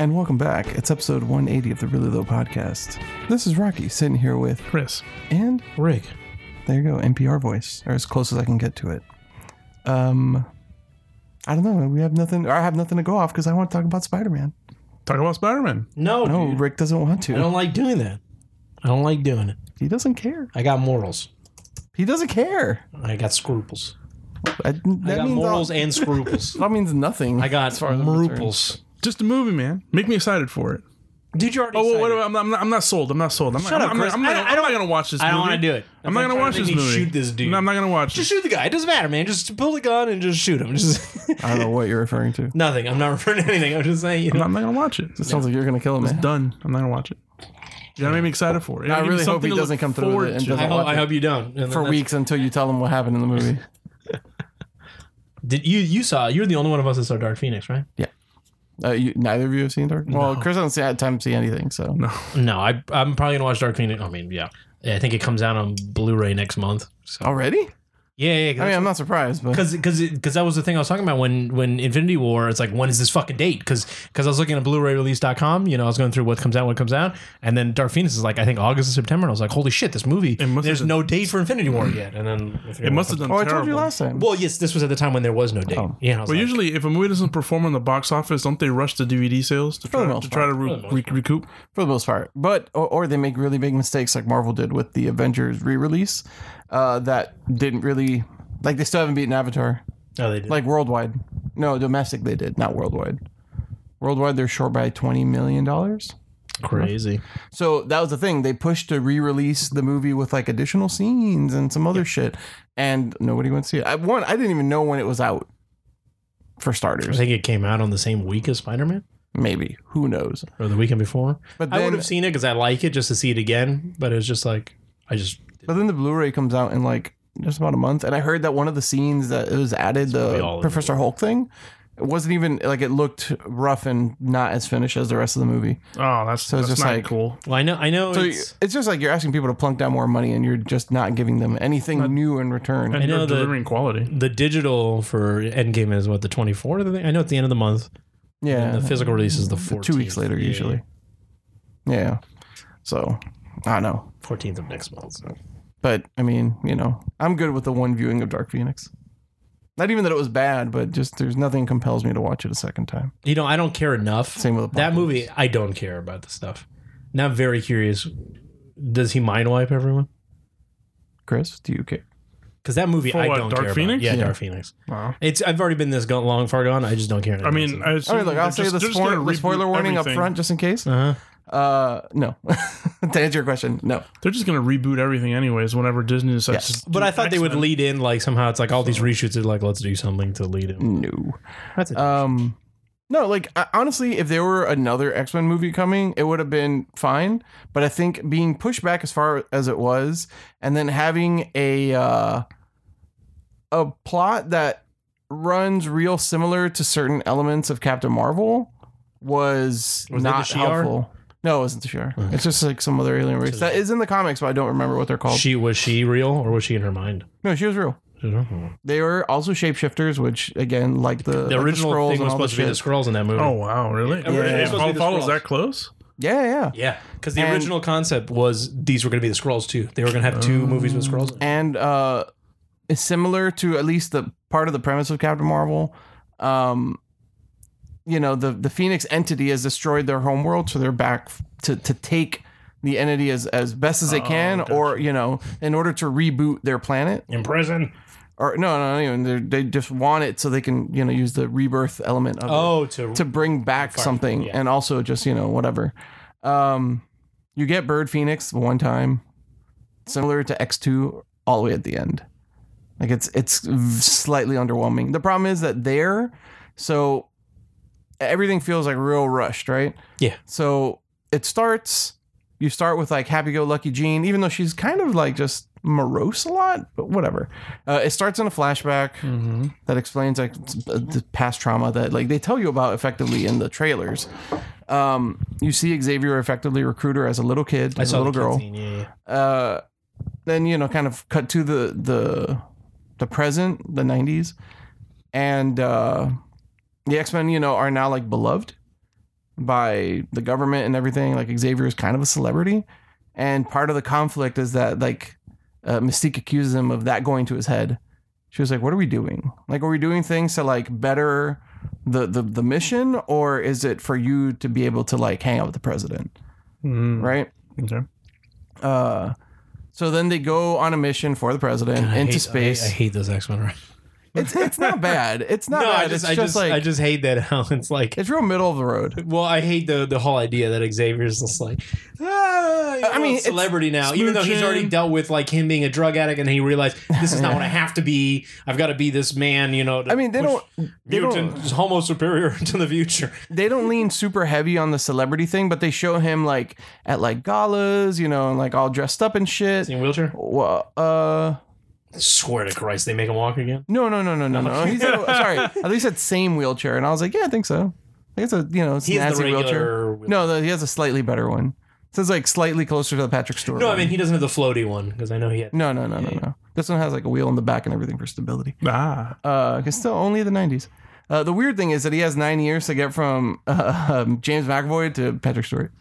and welcome back. It's episode 180 of the Really Low Podcast. This is Rocky sitting here with, Chris, and Rick, there you go, NPR voice, or as close as I can get to it. Um, I don't know. We have nothing, or I have nothing to go off because I want to talk about Spider Man. talk about Spider Man. No, No, dude. Rick doesn't want I to. don't like doing that. I don't like doing it. He doesn't care. I got morals. He doesn't care. I got scruples. I, I that got means morals all- and scruples. that means nothing. I got as I'm concerned. scruples. Just a movie, man. Make me excited for it. Dude, you already. Oh, wait, excited. wait, wait, I'm, not, I'm, not, I'm not sold. I'm not sold. I'm Shut not, up, I'm, Chris. I'm, not, I- gonna- I don't- I'm not gonna watch this. I don't movie. wanna do it. I'm not That's gonna why I watch think this they movie. shoot this dude. No, I'm not gonna watch. Just Just shoot the guy. It doesn't matter, man. Just pull the gun and just shoot him. Just I don't know what you're referring to. nothing. I'm not referring to anything. I'm just saying. You I'm, not, know. I'm not gonna watch it. It sounds like you're going to kill him, It's man. done. I'm not gonna watch it. You gotta make me excited for it. You I gotta give me really hope he something to doesn't look come through with forward it and to. doesn't I hope. I hope you don't. And then For that's- weeks until you tell him what happened in the movie. Did you? You saw. You're the only one of us that saw Dark Phoenix, right? Uh, you, neither of you have seen Dark. Well, Chris hasn't seen- had time to see anything, so No, No, I. I'm probably gonna watch Dark Phoenix. I mean, yeah. Yeah, I think it comes out on Blu-ray next month. So already. yeah, yeah. 'cause I mean, I'm not surprised, but because because because that was the thing I was talking about when when Infinity War. It's like when is this fucking date? Because I was looking at Blu-rayRelease.com. You know, I was going through what comes out, what comes out, and then Dark Phoenix is like I think August or September, and I was like, holy shit, this movie. must have There's been- no date for Infinity War yet, and then it must have done. oh, I terrible. told you last time. Well, yes, this was at the time when there was no date. Oh. Yeah, and I was But like, usually, if a movie doesn't perform in the box office, don't they rush the DVD sales to the try most to, try to For re- the most re- recoup? for the most part, but or, or they make really big mistakes like Marvel did with the Avengers re-release uh, that didn't really like they still haven't beaten Avatar oh, they did. like worldwide. No, domestic they did, not worldwide. Worldwide, they're short by twenty million dollars. crazy. So that was the thing. They pushed to re-release the movie with like additional scenes and some other shit, and nobody went to see it. I one, I didn't even know when it was out. For I starters, think it came out on the same week as Spider Man maybe who knows? or the weekend before. But I would then, have seen it because I like it just to see it again, but it was just like I just but then the Blu-ray comes out in like just about a month, and I heard that one of the scenes that it was added, probably the all in Professor Hulk thing, it wasn't even like it looked rough and not as finished as the rest of the movie. Oh, that's it's that's just not like- cool. well, I know I know So it's. it's, just like you're asking people to plunk down more money, and you're just not giving them anything new in return. And know you're that- delivering quality. the digital for Endgame is what the 24th. I think? I know at the end of the month. yeah, And the physical release is the 14th. two weeks later Yeah, usually. Yeah. So I don't know, 14th of next month. so. but I mean, you know, I'm good with the one viewing of Dark Phoenix. Not even that it was bad, but just there's nothing compels me to watch it a second time. You know, I don't care enough. Same with that Apocalypse. movie. I don't care about the stuff. Now I'm very curious. Does he mind wipe everyone? Chris, do you care? Because that movie, For I what, don't Dark care Phoenix? about. Yeah, Yeah. Dark Phoenix. Wow. It's. I've already been this go- long, far gone. I just don't care. I mean, I All assume right, look, they're I'll say just- the, they're just spoiler, gonna the reboot spoiler warning up everything. front just in case. uh-huh. Uh, no. to answer your question, no. They're just gonna reboot everything anyways. Whenever Disney decides, Yes. to but do I thought they would X-Men. lead in like somehow. It's like all these reshoots are like, let's do something to lead in. No. That's it. Um, no, like I, honestly, if there were another X Men movie coming, it would have been fine. But I think being pushed back as far as it was, and then having a uh, a plot that runs real similar to certain elements of Captain Marvel was, Was it not the Shi'ar? helpful. No, it wasn't the Shi'ar. Okay. It's just like some other alien race that is in the comics, but I don't remember what they're called. she was she real or was she in her mind? no, she was real. They were also shapeshifters, which again, like the, like The original scrolls thing and was all the supposed to be shit. the scrolls in that movie. Oh wow, really? Yeah, yeah. It fo- follows that close? Yeah, yeah. Yeah, because the And- original concept was these were going to be the scrolls too. They were going to have two movies with scrolls. and uh it's similar to at least the part of the premise of Captain Marvel um you know the the Phoenix entity has destroyed their homeworld so they're back f- to to take the entity as as best as they can or you know in order to reboot their planet In prison. or no no not even They're- they just want it so they can you know use the rebirth element of it Oh, to, to bring back something and also just you know whatever um you get bird phoenix one time similar to x2 all the way at the end like it's it's slightly underwhelming the problem is that there so everything feels like real rushed right Yeah. so it starts you start with like happy-go-lucky jean even though she's kind of like just morose a lot but whatever uh, it starts in a flashback Hmm. Mm-hmm. that explains like s- uh, the past trauma that like they tell you about effectively in the trailers. Um, you see Xavier effectively recruit her as a little kid, as a little the girl. cutscene, yeah, yeah. Uh, then you know, kind of cut to the the the present, the '90s, and uh, the X Men, you know, are now like beloved. by the government and everything. Like Xavier is kind of a celebrity, and part of the conflict is that like uh, Mystique accuses him of that going to his head. She was like, "What are we doing? Like, are we doing things to like better the the the mission, or is it for you to be able to like hang out with the president, Mm, right?" Okay. Uh, so then they go on a mission for the president I into hate- space. I, I hate those X Men. Right? It's it's not bad. It's not No, bad. I it's just, I just, just, like I just hate that how it's like. it's real middle of the road. Well, I hate the the whole idea that Xavier's just like, ah, you I know, mean, it's celebrity now, even though he's smooching. already dealt with like him being a drug addict, and he realized this is not what I have to be. I've got to be this man, you know. to I mean, they push don't they mutant don't homo superior to the future. they don't lean super heavy on the celebrity thing, but they show him like at like galas, you know, and like all dressed up and shit. Is he in a wheelchair? Well, uh, Swear to Christ, they make him walk again. no, no, no, no, no, no. He said, sorry, at least said same wheelchair, and I was like, yeah, I think so. I think it's a you know, it's He's the Nazi regular. wheelchair. wheel- No, the, he has a slightly better one. It says like slightly closer to the Patrick Stewart. no, I one. mean he doesn't have the floaty one because I know he had. No, no, no, no, no. This one has like a wheel in the back and everything for stability. Ah. Uh, it's still only the '90s. Uh, the weird thing is that he has nine years to get from uh, um, James McAvoy to Patrick Stewart.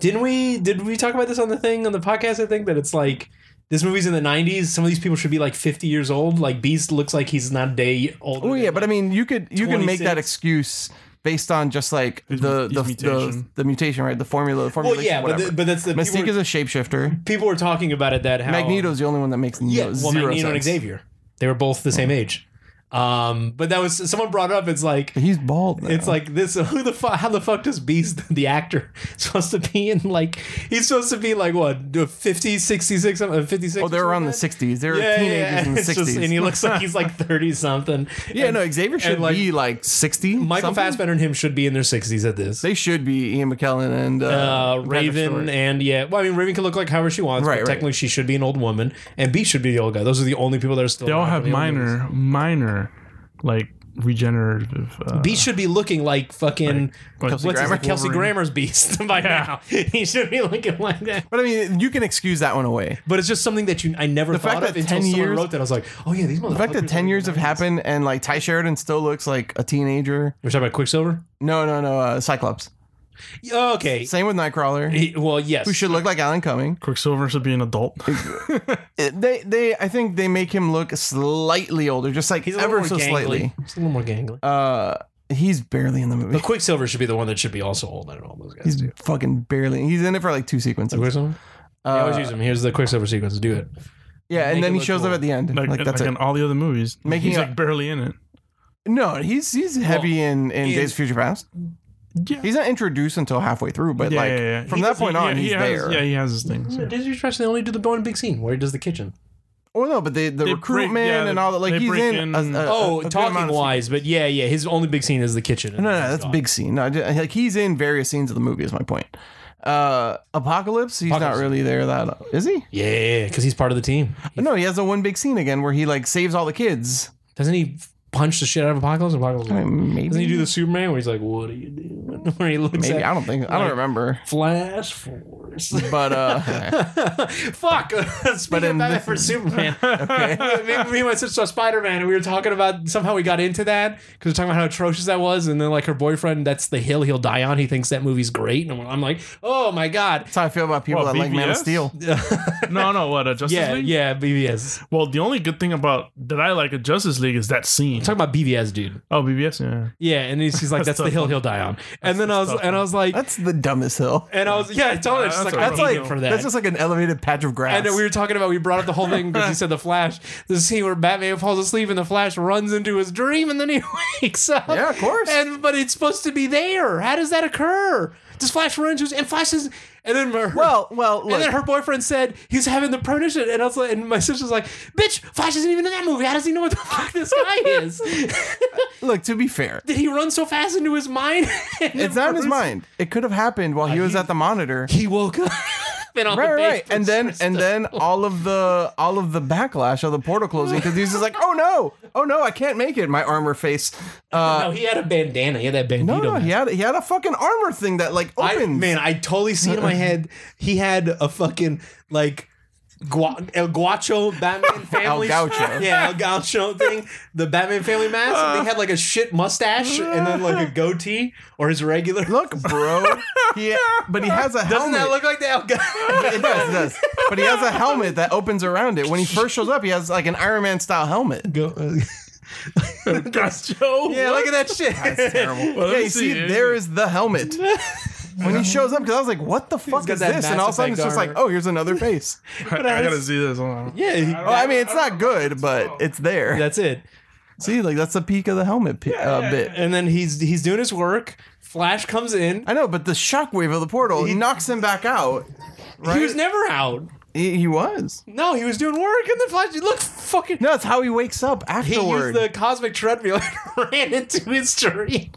Didn't we? Did we talk about this on the thing on the podcast? I think that it's like this movie's in the '90s. Some of these people should be like 50 years old. Like Beast looks like he's not a day old. Oh yeah, but I mean, you could you can make that 26. excuse based on just like His- the his the, the mutation. the mutation, right? The formula, the well, formulation, yeah, but, whatever. the, but that's the Mystique people, is were, a shapeshifter. people were talking about it that how Magneto's the only one that makes no, yeah, well, zero Magneto and sense. Mm. Xavier, they were both the same age. Um, but that was someone brought up. It's like He's bald. Now. It's like this. Who the fuck? How the fuck does Beast, the actor, supposed to be in? Like he's supposed to be like what, 50, 66, uh, 56? oh, they were around the '60s. They were teenagers in the It's '60s. just- and he looks like he's like thirty something. yeah, And no, Xavier should like, be like 60. Michael something. Fassbender and him should be in their sixties at this. They should be Ian McKellen and uh, Uh, Patrick Stewart. Raven and yeah, well, I mean, Raven can look like however she wants, Right, but right. technically she should be an old woman, and Beast should be the old guy. Those are the only people that are still. They all alive have in the old movies. minor, minor, like regenerative. Uh, Beast should be looking like fucking Kelsey what's his Grammer? name? Kelsey Wolverine. Grammer's Beast by now. He should be looking like that. But I mean, you can excuse that one away. But it's just something that you I never The fact thought of that until 10 someone years- wrote that. I was like, oh yeah, these motherfuckers. The fact that 10 years have happened and like Ty Sheridan still looks like a teenager. We're talking about Quicksilver. No, no, no, uh, Cyclops. Yeah, okay. Same with Nightcrawler, He- well, yes. who should look like Alan Cumming. Quicksilver should be an adult. It- They, they, I think they make him look slightly older, just like He's a little ever more so gangly. slightly. He's a little more gangly. Uh, he's barely in the movie. but Quicksilver should be the one that should be also old. I don't know all those guys. He's do. fucking barely. He's in it for like two sequences. The Quicksilver. Uh, I always use him. Here's the Quicksilver sequence. Do it. yeah, make and then it he look shows up cool. at the end. Like, Like, that's like it. in all the other movies. Making he's a- like barely in it. No, he's he's heavy in, in in- Days of Future Past. Yeah. He's not introduced until halfway through, but yeah, like yeah, yeah. from He that does- point he- on, yeah, he he's has- there. Yeah, he has his things. yeah. Disney Trash, they only do the one big scene where he does the kitchen. Oh no, but they, the They break- recruitment yeah, and they- all that. Like they he's break in. a- in- a- a Oh, good amount talking of- wise, but yeah, yeah. His only big scene is the kitchen. No, no, that's a big scene. No, I ju- like he's in various scenes of the movie. Is my point. Uh, Apocalypse, he's Apocalypse. not really there that is he? Yeah, because he's part of the team. No, he has the one big scene again where he like saves all the kids. Doesn't he punch the shit out of Apocalypse? Apocalypse. I mean, maybe Doesn't he do the Superman where he's like, "What are you doing?" Where he looks Maybe at I don't think I don't like- remember. Flash Force. Mm. But uh, Fuck. Speaking in about this- that for Superman. Maybe me and my sister saw Spider Man, and we were talking about somehow we got into that because we are talking about how atrocious that was, and then like her boyfriend, that's the hill he'll die on. He thinks that movie's great, and I'm like, oh my god. that's how I feel about people What, that like Man of BVS? Steel. no, no, what uh, Justice Yeah, League? yeah, BVS. Well, the only good thing about that I like at Justice League is that scene. Talk about BVS, dude. Oh, BBS, yeah. Yeah, and he's, she's like, That's "That's the tough hill one. he'll die on." And then I was, tough and I one. was like, That's the dumbest hill. and I was, yeah, I told her, Yeah, she's like, that's a "I hate That's rough like him for that." that's just like an elevated patch of grass. And we were talking about we brought up the whole thing because he said the Flash, the scene where Batman falls asleep and the Flash runs into his dream and then he wakes up. Yeah, of course. And but it's supposed to be there. How does that occur? Does Flash run into his and Flash is and then her, well, well, and look, then her boyfriend said he's having the premonition and I was like, and my sister's like, bitch, Flash isn't even in that movie. How does he know what the fuck this guy is? look. To be fair, Did he run so fast into his mind? And it's not in his then mind. It could have happened while he was at the monitor. Uh, He woke up. and on the right, right, base right. and then was and then all of the all of the backlash of the portal closing because he's just like, oh no, oh no, I can't make it. My armor face. Uh, no, he had a bandana. He had that bandito. no, no, mask. he had he had a fucking armor thing that like I, opens. man, I totally see it in my head. He had a fucking like Gua- El Guacho Batman family. Gaucho. Yeah, El Gaucho thing. The Batman family mask. and they had like a shit mustache and then like a goatee or his regular. Look, bro. He, but he has a Doesn't helmet. that look like the El Gaucho? It does, it does. But he has a helmet that opens around it. When he first shows up, he has like an Iron Man style helmet. Joe. yeah, look at that shit. That's terrible. Well, let yeah, me you see, it. there is the helmet. When he shows up, because I was like, "What the fuck got is that this?" And all of a Mass sudden, it's Effect just like, armor. "Oh, here's another face." I, I gotta see this. Hold on. Yeah, he- Well, I mean, it's not good, but it's there. that's it. See, like that's the peak of the helmet pe- uh, bit. And then he's he's doing his work. Flash comes in. I know, but the shockwave of the portal he knocks him back out. Right? He was never out. He, he was. No, he was doing work, and the Flash look fucking. No, that's how he wakes up He afterward. used the cosmic treadmill and ran into his tree.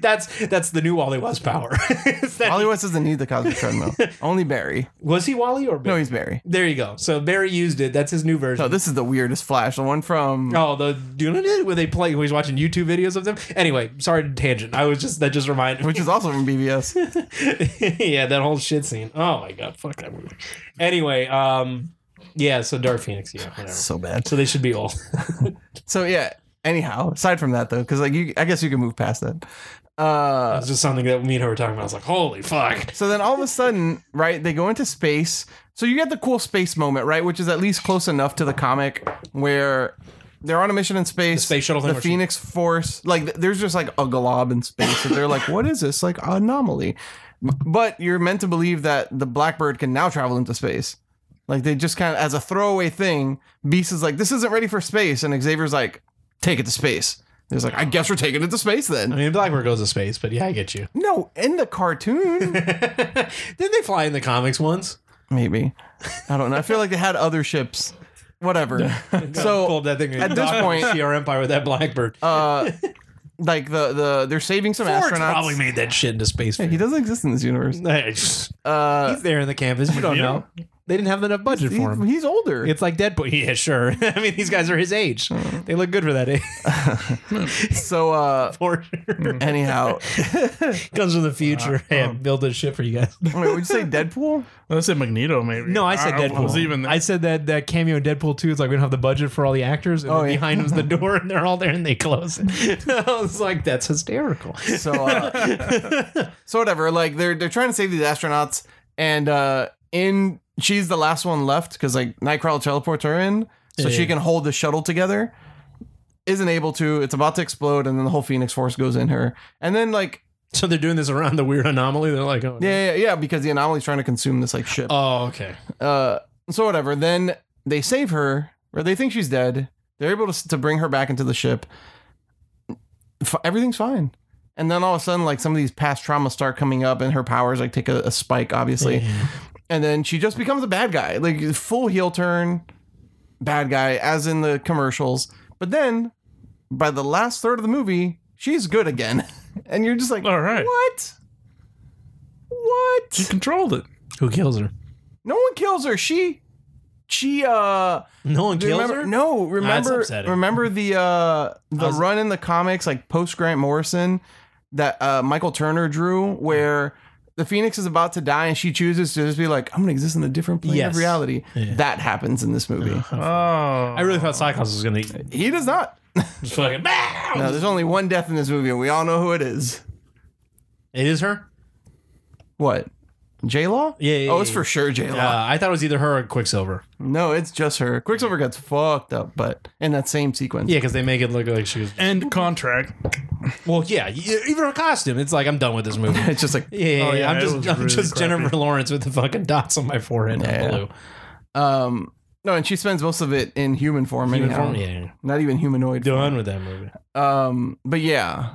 That's that's the new Wally West power. Is that- Wally West doesn't need the cosmic treadmill. Only Barry. was he Wally or Barry? No, he's Barry. there you go. So Barry used it. That's his new version. No, this is the weirdest Flash. The one from Oh, the doing where they play. Where he's watching YouTube videos of them. Anyway, sorry to tangent. I was just that just reminded me. which is also from BBS. yeah, that whole shit scene. Oh my god, fuck that movie. Anyway, um, yeah. So Dark Phoenix. Yeah, whatever. so bad. So they should be old. So yeah. Anyhow, aside from that though, because like you, I guess you can move past that. Uh, That's just something that me and her were talking about. I was like, holy fuck. so then all of a sudden, right? They go into space. So you get the cool space moment, right? Which is at least close enough to the comic where they're on a mission in space. The space shuttle thing The where she- Phoenix Force. Like th- there's just like a glob in space, and they're like, "What is this? Like anomaly." But you're meant to believe that the Blackbird can now travel into space. Like they just kind of as a throwaway thing, Beast is like, "This isn't ready for space," and Xavier's like, "Take it to space." He's like, "I guess we're taking it to space I then." mean, Blackbird goes to space, but yeah, I get you. No, in the cartoon, Didn't they fly in the comics once? maybe. I don't know. I feel like they had other ships. Whatever. so Pulled that thing at this point- CR Empire with that Blackbird. uh, like the the they're saving some Ford astronauts. probably made that shit into space. Hey, for he him. doesn't exist in this universe. Hey, just- Uh, He's there in the campus. You don't Yeah. know. They didn't have enough budget for He- Uh. him. he's older. It's like Deadpool. Yeah, sure. I mean, these guys are his age. They look good for that age. so uh For sure. anyhow, Comes from the future. Uh, hey, I um, built this shit for you guys. wait, would you say Deadpool? Let's say Magneto, maybe. No, I said Deadpool. I was even I said that that cameo in Deadpool 2 is like we don't have the budget for all the actors. And Oh, then yeah. behind them's the door, and they're all there, and they close it. I was like, that's hysterical. So uh, so whatever, like they're they're trying to save these astronauts and uh in she's the last one left cuz like Nightcrawler teleports her in so she Yeah. can hold the shuttle together. Isn't able to. It's about to explode and then the whole Phoenix Force goes in her. And then like So they're doing this around the weird anomaly. They're like, oh, no. yeah yeah, yeah because the anomaly's trying to consume this like ship. Oh, okay. Uh so whatever, then they save her or they think she's dead. They're able to to bring her back into the ship. F- everything's fine. And then all of a sudden, like some of these past traumas start coming up, and her powers like take a, a spike, obviously. And then she just becomes a bad guy, like full heel turn, bad guy, as in the commercials. But then, by the last third of the movie, she's good again, and you're just like, All right. what? What? controlled it. Who kills her? No one kills her. She, she, uh, No one do kills you remember, her. No, that's remember, upsetting. remember the uh, the was- run in the comics, like post Grant Morrison, that uh, Michael Turner drew, where the Phoenix is about to die and she chooses to just be like, "I'm gonna exist in a different plane Yes. of reality." Yeah. That happens in this movie. Oh. I really thought Cyclops was gonna eat- He does not. just fucking. Bow! No, there's only one death in this movie, and we all know who it is. It is her. What? J Law? Yeah, yeah, Oh, it's yeah. for sure J Law. Uh, I thought it was either her or Quicksilver. No, it's just her. Quicksilver gets fucked up, but in that same sequence. Yeah, because they make it look like she was. End contract. Well, yeah, e- even her costume. It's like I'm done with this movie. yeah, It's just like yeah, Oh, yeah, yeah, I'm it just, was I'm really just crappy. Jennifer Lawrence with the fucking dots on my forehead. Yeah. Yeah, blue. Um, no, and she spends most of it in human form. Human anyhow. form, yeah. Not even humanoid. Done with that movie. Um, but yeah,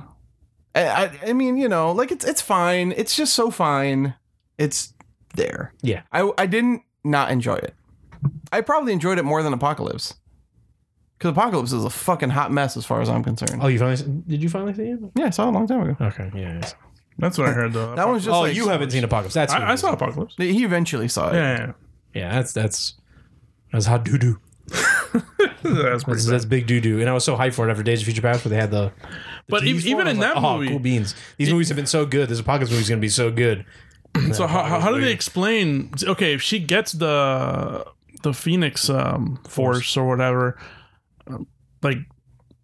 I, I, I mean, you know, like it's it's fine. It's just so fine. It's there. Yeah. I I didn't not enjoy it. I probably enjoyed it more than Apocalypse, because Apocalypse is a fucking hot mess as far as I'm concerned. Oh, you finally did you finally see it? Yeah, I saw it a long time ago. Okay, yeah. yeah. That's what I heard though. That one's just Oh, like you haven't seen Apocalypse. That's what I, I it saw is. Apocalypse. He eventually saw it. Yeah, Yeah, that's that's that's hot doo doo. yeah. that's pretty That's, bad. that's big doo doo. And I was so hyped for it after Days of Future Past where they had the. the But tease ev- for it. even I was in that "Oh, movie- cool beans. These movies have been so good. This Apocalypse movie's gonna be so good. So how, how do Probably. they explain? Okay, if she gets the the Phoenix um, Force or whatever. um, Like,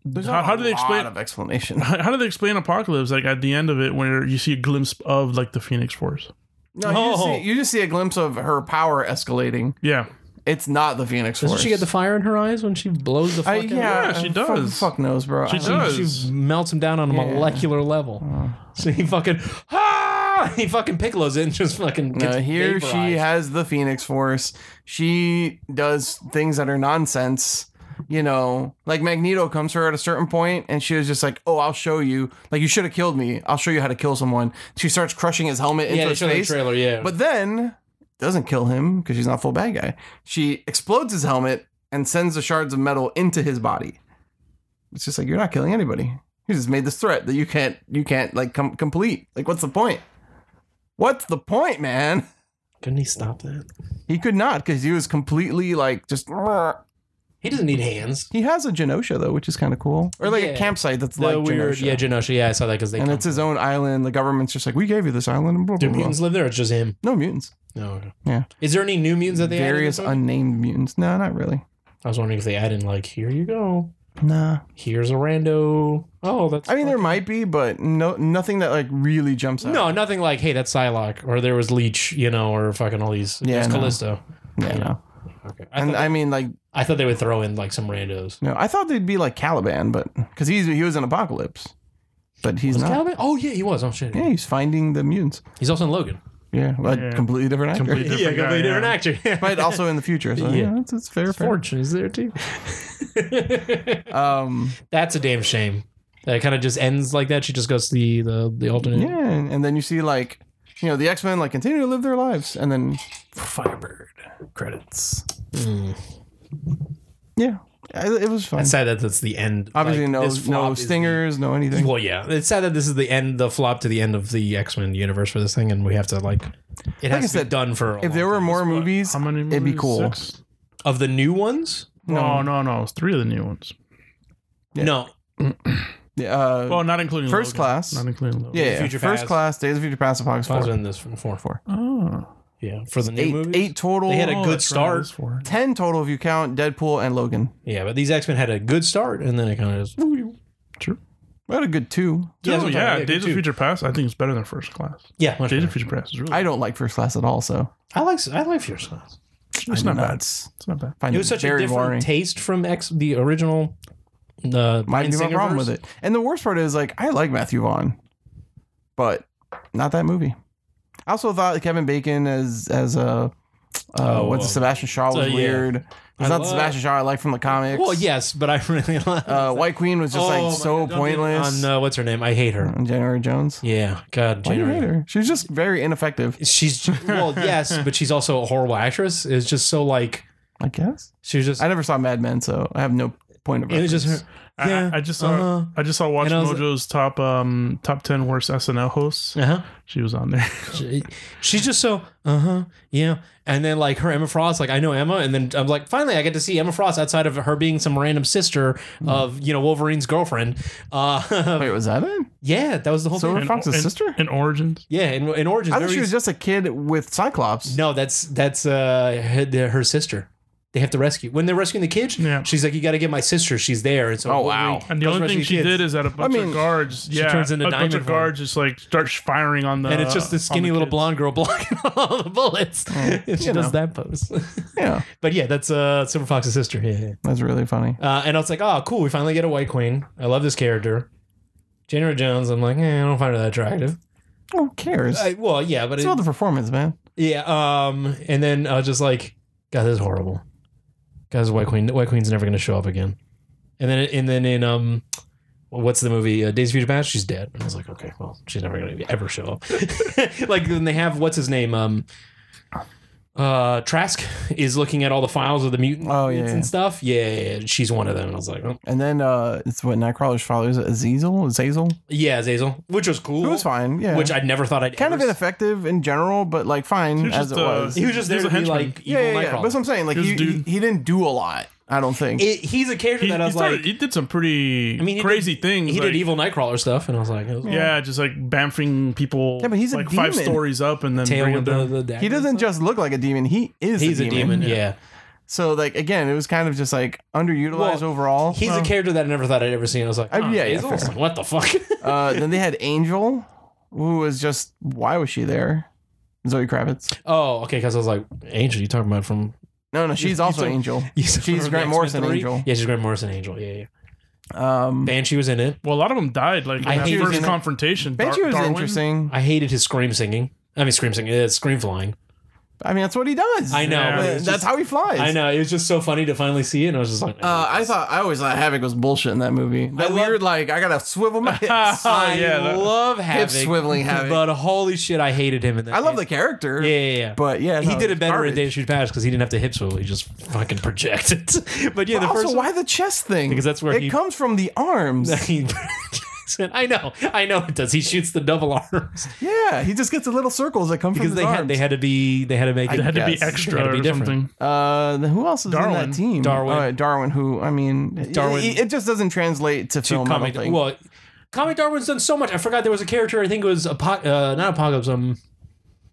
There's how, not how a do they lot explain? of explanation. how how do they explain apocalypse? Like at the end of it, where you see a glimpse of like the Phoenix Force. No, you, just Oh. see, you just see a glimpse of her power escalating. Yeah, It's not the Phoenix Force. Doesn't she get the fire in her eyes when she blows the I- fucking? yeah, Yeah, she uh, fuck- does. Fuck, knows, bro. Uh, She I- does. She, she melts him down on a Yeah. molecular level. So he fucking ah, he fucking piccolo's it and just fucking gets No, uh, here she vaporized. has the Phoenix Force. She does things that are nonsense. You know, like Magneto comes to her at a certain point, and she was just like, "Oh, I'll show you. Like you should have killed me. I'll show you how to kill someone." She starts crushing his helmet into yeah, they his showed the face, trailer, yeah. but then doesn't kill him because she's not full bad guy. She explodes his helmet and sends the shards of metal into his body. It's just like you're not killing anybody. You just made this threat that you can't you can't like com- complete. Like what's the point? What's the point, man? couldn't he stop that? He could not because he was completely like just. He doesn't need hands. He has a Genosha though, which is kind of cool, or like a Yeah. campsite that's The like weird, Genosha. yeah, Genosha. Yeah, I saw that because they. and come- it's his own island. The government's just like, we gave you this island. And blah, do blah, blah. mutants live there? Or it's just him. No mutants. No. okay. Yeah. Is there any new mutants that they added in Various this one? unnamed mutants. No, not really. I was wondering if they add in like, here you go, Nah. here's a rando. Oh, that's. I mean, there fucking- might be, but no, nothing that like really jumps out. No, nothing like, hey, that's Psylocke, or there was Leech, you know, or fucking all these. Yeah, Yeah, there's no. Callisto. yeah, no. Okay. I, And thought, I mean, like, I thought they would throw in like some randos. no, I thought they'd be like Caliban, but because he's he was in Apocalypse, but he's Was not. Caliban? Oh yeah, he was. Oh shit. yeah, he's finding the mutants. He's also in Logan. Yeah, a Yeah. completely different actor, Completely different guy, yeah. actor. but also in the future. So yeah, Yeah. it's, it's fair. fair. Fortune is there too. Um, That's a damn shame. That kind of just ends like that. She just goes to the the, the alternate. yeah, and and then you see like, you know, the X Men like continue to live their lives, and then Firebird. credits. Yeah, I, it was fun. It's sad that that's the end. Obviously, Like, this no, no flop is the- stingers, no anything. well, yeah, it's sad that this is the end, the flop to the end of the X Men universe for this thing, and we have to like. It has I to said, be done for. a if long there were time. more movies, how many? it'd be movies? cool. Six? of the new ones, No, no, no. It's three of the new ones. Yeah. no, Uh, Well, not including First Logan. Class. Not including Logan. yeah, yeah. Future first Past. class, Days of Future Past, Apocalypse I was Four. in this from four. Four. Oh, Yeah, for the new Eight, movies. eight total. They had a Oh, good that's right, start. it is four. ten total if you count Deadpool and Logan. Yeah, but these X Men had a good start, and then it kind of just. True. We had a good two. Yeah, Dude, that's what I'm yeah, talking about. Days of two. Future Past. I think it's better than First Class. Yeah, much Days better. of Future Past is really. I don't like first class at all, so I like I like Fierce Class. it's not bad. It's, It's not bad. find It was such a very different boring. taste from X the original. The Might be my problem with it. And the worst part is like I like Matthew Vaughn, but not that movie. I also thought Kevin Bacon as as a uh, Oh, what's it, Sebastian Shaw was so, yeah. weird. It's I not love- the Sebastian Shaw I like from the comics. Well, yes, but I really love Uh, White Queen was just Oh my like so God, don't do that. pointless. On uh, what's her name? I hate her. And Mm, January Jones. Yeah, God, Why do you hate January. her? She's just very ineffective, She's well, yes, but she's also a horrible actress. It's just so like I guess. she was just. I never saw Mad Men, so I have no point of it was reference. just her. I- Yeah. I, I just saw. Uh-huh. I just saw Watch And I was- Mojo's top um top ten worst SNL hosts. Uh huh. Uh-huh. She was on there. She- she's just so uh huh yeah and then like her emma frost like i know emma and then i'm like finally i get to see emma frost outside of her being some random sister Hmm. of you know wolverine's girlfriend uh Wait, was that it? yeah that was the whole So- thing And- Fox's and- sister? in Origins. yeah in, in origins I thought there she was is- just a kid with Cyclops. no that's that's uh her, her sister they have to rescue when they're rescuing the kids Yeah. she's like you got to get my sister she's there and so Oh, Wolverine wow. And the goes only rescue thing the she kids. did is that a bunch mean, of guards. she yeah, turns a into bunch Diamond of form. guards just like start firing on the. and it's Uh, just on this skinny little kids. blonde girl blocking all the bullets. and she Oh, you does know. that pose. Yeah, but yeah, that's uh, Silver Fox's sister. Yeah, yeah. that's really funny. Uh, and I was like, oh, cool. We finally get a White Queen. I love this character. January Jones, I'm like, eh, I don't find her that attractive. Who cares? I, well, yeah, but it's it, about the performance, man. yeah. Um, and then I was just like, God, this is horrible. Guys, White Queen, White Queen's never gonna show up again. And then, and then in um, what's the movie? Uh, Days of Future Past. She's dead. And I was like, okay, well, she's never gonna ever show up. like when they have what's his name, um, uh, Trask is looking at all the files of the mutant Oh, yeah, yeah. and stuff. Yeah, yeah, yeah, she's one of them. And I was like, oh, And then uh, it's what Nightcrawler's father is it Azazel. Azazel. Yeah, Zazel, which was cool. It was fine. Yeah, Which I never thought I'd kind of ever s- ineffective in general, but like fine was as it just, uh, was. He was just there He to was a be henchman. like yeah, evil yeah, yeah. Nightcrawler. But that's what I'm saying. Like This he, he dude- he didn't do a lot. I don't think. It- he's a character He, that I he was started- like, he did some pretty I mean, he crazy things. he like- did evil Nightcrawler stuff, and I was like, oh, it was Yeah, just like bamfing people. Yeah, but he's a like five demon. stories up and then tail bring with them the, down. the dagger he and doesn't stuff. just look like a demon. He is. He's a demon. Yeah. So like again, it was kind of just like underutilized Well, overall. He's a Well. character that I never thought I'd ever seen. I was like, Oh, I- oh, yeah, yeah, Hazel? fair. I was like, what the fuck? uh, then they had Angel, who was just why was she there? Zoe Kravitz. oh, okay, because I was like, Angel, you talking about from? No, no, she's you also took- Angel. You She's Grant Morrison Angel. Yeah, she's Grant Morrison Angel. Yeah, yeah. Um, Banshee was in it. Well, a lot of them died. Like in I that hate first it. confrontation. Dar- Banshee was Darwin. interesting. I hated his scream singing. I mean, scream singing. Uh, scream flying. I mean, that's what he does. I know. Yeah. but Uh, it That's was just- how he flies. I know. It was just so funny to finally see it, and I was just like, Uh, I thought I always thought Havoc was bullshit in that movie. That love- weird, like I gotta swivel my hips. I yeah, that- love having swiveling Havoc. but holy shit, I hated him in that. I love the movie. character, Yeah, yeah, yeah. but yeah, he no, did it's it better garbage. in Days of Future Past because he didn't have to hip swivel. He just fucking projected. but yeah, the also, first why the chest thing? Because that's where it he- comes from the arms. He I know, I know it does. He shoots the double arms yeah, he just gets the little circles that come because from they his had arms. they had to be they had to make I It it. had to Yes. be It had extra to be or different. something. Uh, then who else is in Darwin. that team? Darwin. Uh, Darwin. Who? I mean, Darwin. It, it just doesn't translate to, to film. I comic. don't think. Well, comic Darwin's done so much. I forgot there was a character. I think it was Apo- uh, not Apocalypse. Um,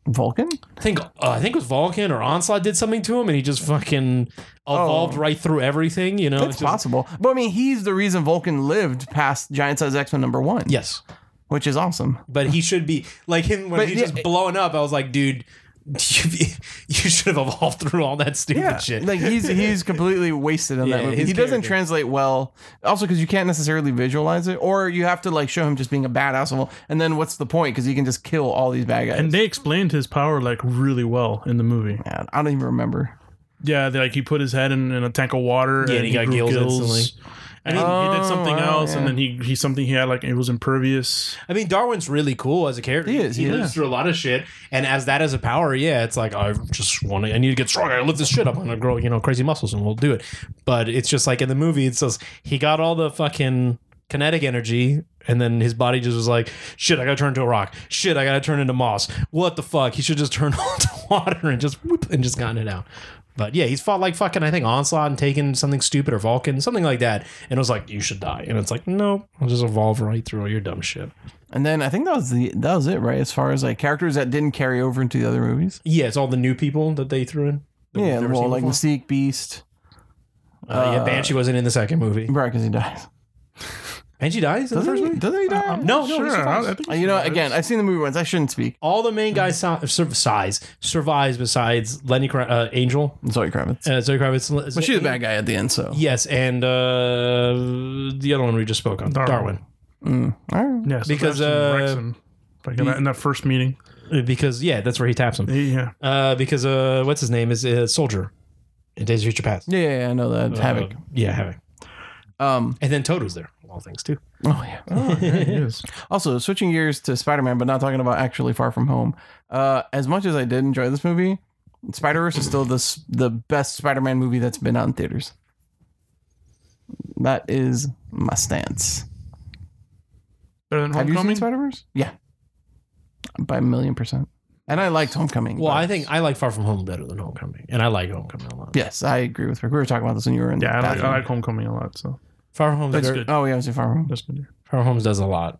Vulcan. I think uh, I think it was Vulcan or Onslaught did something to him, and he just fucking evolved right through everything. You know, It's Just- Oh. possible, but I mean, he's the reason Vulcan lived past Giant Size X Men number one. Yes, which is awesome. but he should be like him when But he's yeah, just blowing up. I was like, dude, you, you should have evolved through all that stupid Yeah, shit. like he's he's completely wasted in that Yeah, movie. He his doesn't character. translate well, also because you can't necessarily visualize it, or you have to like show him just being a badass. Well, and then what's the point? Because he can just kill all these bad guys. And they explained his power like really well in the movie. Man, I don't even remember. Yeah, they, like he put his head in, in a tank of water and, Yeah, and he he, got grew gills gills. instantly. And he, he did Oh, something wow, else, yeah. and then he he something he had like it was impervious. I mean, Darwin's really cool as a character. He is, He yeah. lives through a lot of shit, and as that as a power, yeah, it's like I just want to. I need to get stronger. I lift this shit up. I'm gonna grow, you know, crazy muscles, and we'll do it. But it's just like in the movie, it says he got all the fucking kinetic energy, and then his body just was like, shit, I gotta turn into a rock. Shit, I gotta turn into moss. What the fuck? He should just turn into water and just whoop and just gotten it out. But yeah, he's fought like fucking I think onslaught and taken something stupid or Vulcan, something like that, and it was like you should die, and it's like nope, I'll just evolve right through all your dumb shit. And then I think that was the that was it, right? As far as like characters that didn't carry over into the other movies. Yeah, it's all the new people that they threw in. that we've yeah, never well, seen like before. Mystique, Beast, Uh, yeah, Banshee wasn't in the second movie. right? Because he dies. Banshee dies in the Doesn't first he? movie. Doesn't he die? No, no, he Sure, I- I survives. think Uh, you know, it's- again, I've seen the movie once. I shouldn't speak. all the main guys si- sur- size survives besides Lenny Kra- uh, Angel, Zoe Kravitz. uh, Zoe Kravitz. but she's a bad guy at the end, so. Yes, and uh, the other one we just spoke on, Darwin. Darwin. Mm. All right. yeah, so Because, that's uh, in Rexon, like in that, in that first meeting, because yeah, that's where he taps him. yeah, Uh, because uh, what's his name is uh, Soldier in Days of Future Past. Yeah, yeah, yeah, I know that. Uh, Havoc. yeah, Havoc. Um, And then Toad was there, of all things too. oh, yeah. Also, switching gears to Spider Man, but not talking about actually Far From Home. Uh, as much as I did enjoy this movie, Spider Verse is still the s- the best Spider Man movie that's been out in theaters. That is my stance. better than Have you seen Homecoming. Spider Verse? Yeah, by a million percent. And I liked Homecoming. Well, but- I think I like Far From Home better than Homecoming, and I like Homecoming a lot. yes, I agree with Rick. We were talking about this when you were in Yeah, the I like, bathroom. I like Homecoming a lot. So Far From Home That's is good. oh, yeah, I was in Far From Home. that's good. Power Homes does a lot.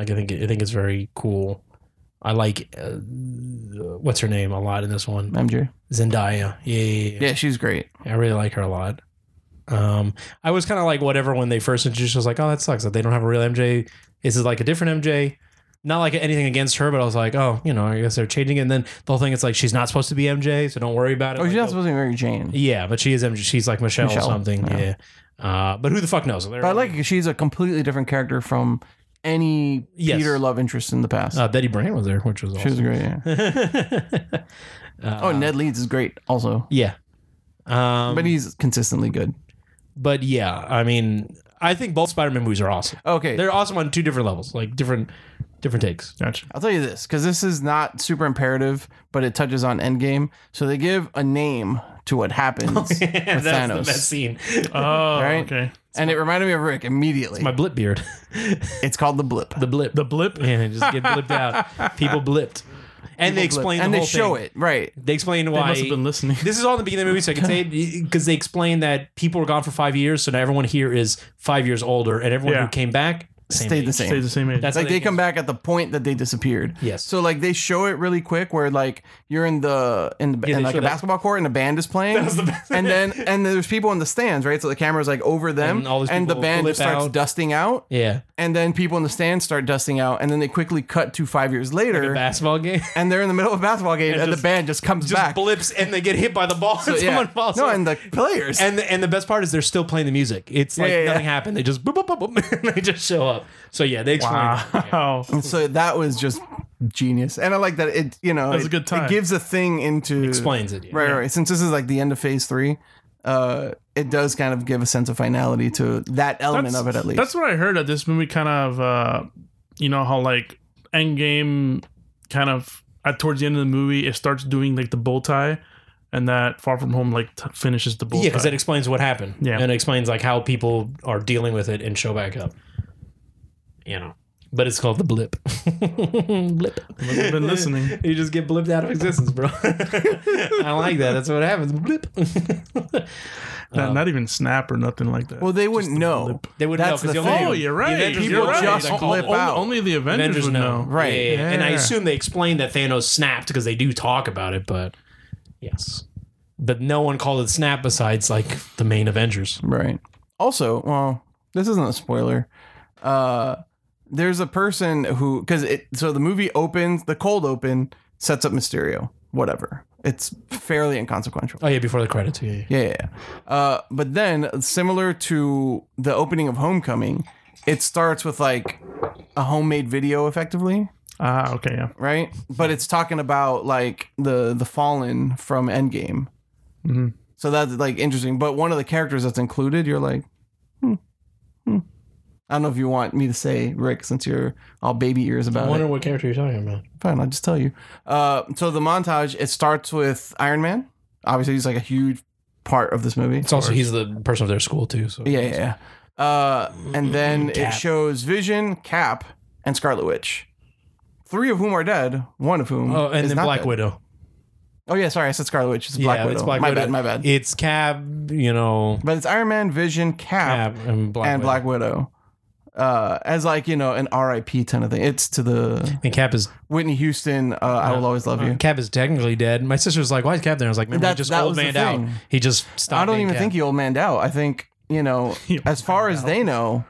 Like I think I think it's very cool. I like uh, what's her name a lot in this one. MJ. Zendaya. Yeah, yeah, yeah. Yeah, she's great. I really like her a lot. Um, I was kind of like whatever when they first introduced. her, I was like, oh, that sucks that they don't have a real MJ. This is like a different MJ. Not like anything against her, but I was like, oh, you know, I guess they're changing. it. And then the whole thing, it's like she's not supposed to be MJ, so don't worry about it. Oh, Like, she's not they'll- supposed to be Mary Jane. yeah, but she is MJ. She's like Michelle, Michelle, or something. yeah. Yeah. Uh, but who the fuck knows? They're- But I like it 'cause she's a completely different character from any Yes. Peter love interest in the past. uh, Betty Brant was there, which was she was awesome. great. Yeah. Oh, Ned Leeds is great also, Yeah. uh, Um, but but, he's consistently good. yeah, I mean, I think both Spider-Man movies are awesome. Okay, They're awesome on two different levels, like different different takes. Gotcha. I'll tell you this because this is not super imperative, but it touches on Endgame. So they give a name to what happens with That's Thanos, the best scene. Oh, Right? okay. and it reminded me of Rick immediately. My blip beard. it's called the blip. the blip. The blip. yeah, they just get blipped out. People blipped. And they explain the and whole they show thing. it right. They explain They why must have been listening. This is all in the beginning of the movie, so I can say because they explain that people were gone for five years, so now everyone here is five years older, and everyone Yeah. who came back same stayed the age. same. Stay the same age. That's like what I they think come is- back at the point that they disappeared. Yes. So like they show it really quick, where like you're in the in the Yeah, in they like show a that. basketball court and a band is playing, was the best. and then and there's people in the stands, right? So the camera's like over them, And and, all these the people band flip just starts out. dusting out, yeah, and then people in the stands start dusting out, and then they quickly cut to five years later, basketball game. and they're in the middle of a basketball game, and, the just- band just comes Just back. blips and they get hit by the ball So, and yeah. someone falls. no, over. and the players. and the, and the best part is they're still playing the music. It's like Yeah, yeah, nothing yeah. happened. They just boop, boop, boop, boop, and they just show up. So yeah, they explain. it. Yeah. Wow. And so that was just genius, and I like that it. You know, That was a it- good time. It gives a thing into Explains it. yeah. Right, right. Since this is like the end of phase three, uh, it does kind of give a sense of finality to that element of it at least. That's what I heard that this movie kind of, uh, you know, how like Endgame kind of at towards the end of the movie it starts doing like the bow tie, and that Far From Home like t- finishes the bow Yeah, because tie. it explains what happened. Yeah. and it explains like how people are dealing with it and show back up. You know, but it's called the blip. blip. I've been listening. You just get blipped out of existence, bro. I like that. That's what happens. Blip. Not, not even snap or nothing like that. well, they wouldn't the know. lip. they wouldn't That's know the because thing. oh, you're right. Avengers you're will right. just Like, flip only, out. Only the Avengers, Avengers would know. know. Right. Yeah, yeah, yeah. And I Yeah. assume they explained that Thanos snapped because they do talk about it, but yes. But no one called it snap besides like the main Avengers. Right. Also, well, this isn't a spoiler. Uh, there's a person who because it so the movie opens the cold open sets up Mysterio. Whatever. It's fairly inconsequential. Oh yeah, before the credits. Yeah. yeah. Yeah, yeah. yeah. Uh, but then, similar to the opening of Homecoming, it starts with like a homemade video, effectively. Ah, okay. Yeah. right? But it's talking about like the the fallen from Endgame. Mhm. So that's like interesting. But one of the characters that's included, you're like, hmm, hmm. I don't know if you want me to say Rick since you're all baby ears I about wonder it. what character you're talking about. Fine, I'll just tell you. Uh, so the montage it starts with Iron Man. Obviously, he's like a huge part of this movie. It's also he's the person of their school too. So Yeah, yeah. yeah. Uh, and then it Cap. shows Vision, Cap, and Scarlet Witch. Three of whom are dead. One of whom. Oh, and is then not Black dead. Widow. Oh yeah, sorry, I said Scarlet Witch. It's Black yeah, Widow. it's Black my Widow. bad, my bad. It's Cab. You know, but it's Iron Man, Vision, Cap, Cab and Black and Widow. Black Widow. Uh, as like you know an R.I.P. kind of thing. It's to the And Cap is Whitney Houston. Uh, I will always love you. Cap is technically dead. My sister's like, "Why is Cap there?" I was like, "Remember, he That- just that old was the man out. thing. He just stopped." I don't being even Cap. think he old man out. I think you know He old as far as they know,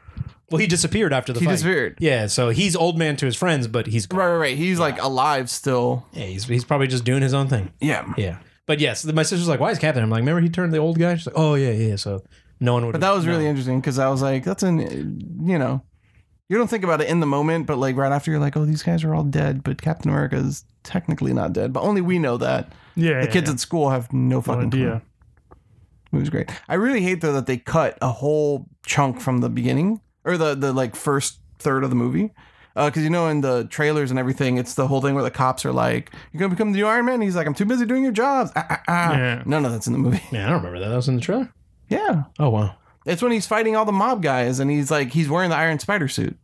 Well, he disappeared after the he fight. disappeared. Yeah, so he's old man to his friends, but he's Right, right, right. He's like alive still. Yeah, he's, he's probably just doing his own thing. Yeah. Yeah. But yes, my sister's like, why is Captain? I'm like, remember he turned the old guy? She's like, oh, yeah, yeah. So no one would. But that was really interesting because I was like, that's an you know, you don't think about it in the moment, but like right after you're like, oh, these guys are all dead, but Captain America is technically not dead, but only we know that. Yeah. The yeah, kids yeah. at school have no No fucking clue. idea. It was great. I really hate though that they cut a whole chunk from the beginning or the the like first third of the movie. Because you know, in the trailers and everything, it's the whole thing where the cops are like, "You're gonna become the new Iron Man." And he's like, "I'm too busy doing your jobs." Ah, ah, ah. Yeah. None of that's in the movie. Man, I don't remember that. That was in the trailer. yeah, Oh, wow. it's when he's fighting all the mob guys, and he's like, he's wearing the Iron Spider suit.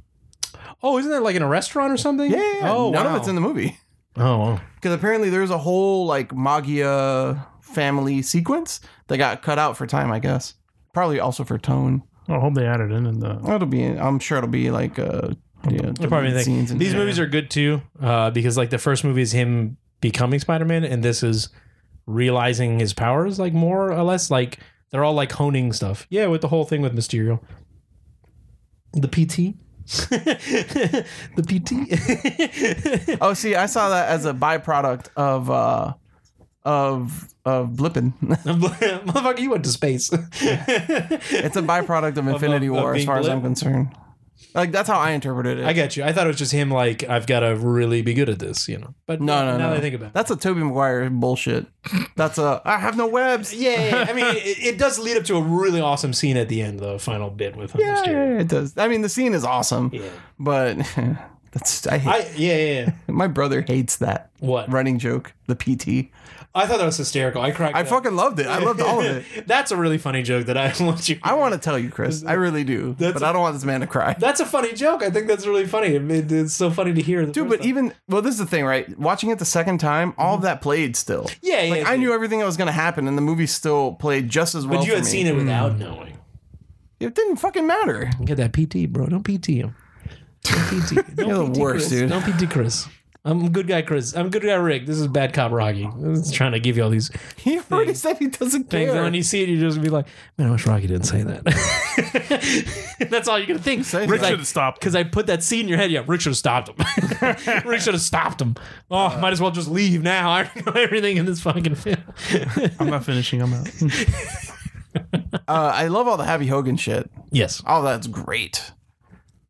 Oh, isn't that like in a restaurant or something? Yeah, yeah, yeah. Oh, none wow. of it's in the movie. Oh, wow. Because apparently, there's a whole like Magia family sequence that got cut out for time, I guess. Probably also for tone. Oh, I hope they added in in the. It'll be. I'm sure it'll be like uh, yeah, I probably deleted think scenes and these yeah. movies are good too, uh, because like the first movie is him becoming Spider Man, and this is realizing his powers, like more or less. Like they're all like honing stuff. Yeah, with the whole thing with Mysterio, the PT, the PT. Oh, see, I saw that as a byproduct of uh, of of blipping. Motherfucker, you went to space. it's a byproduct of Infinity of War, as being far as I'm blip? concerned. Like that's how I interpreted it. I get you. I thought it was just him. Like I've got to really be good at this, you know. But no, no, now no. that I think about it. that's a Toby Maguire bullshit. That's a I have no webs. Yeah, yeah, yeah. I mean, it, it does lead up to a really awesome scene at the end, the final bit with him. Yeah, yeah, yeah, it does. I mean, the scene is awesome, yeah. but that's I, hate, I, yeah, yeah, yeah. my brother hates that What? running joke. The PT. I thought that was hysterical. I cracked. I up. fucking loved it. I loved all of it. That's a really funny joke that I want you. I want to tell you, Chris. I really do, That's- but I don't want this man to cry. That's a funny joke. I think that's really funny. I mean, it's so funny to hear. the Dude, first but time. even well, this is the thing, right? Watching it the second time, all of that played still. Yeah, Mm-hmm. yeah, Like I dude. knew everything that was gonna happen, and the movie still played just as well. but you for had me. seen it without knowing. It didn't fucking matter. Get that PT, bro. Don't PT him. Don't be D. Don't You're be the D worst, Chris. dude. Don't be D. Chris. I'm good guy Chris. I'm good guy Rick. This is bad cop Rocky. He's trying to give you all these He already said he doesn't things, and care. when you see it, you just be like, "Man, I wish Rocky didn't say that." That's all you can think. Say Rick Like- should have stopped. Because I put that seed in your head. Yeah, Rick should have stopped him. Rick should have stopped him. Oh, might as well just leave now. I know everything in this fucking film. I'm not finishing. I'm out. Uh, I love all the Happy Hogan shit. yes. Oh, that's great.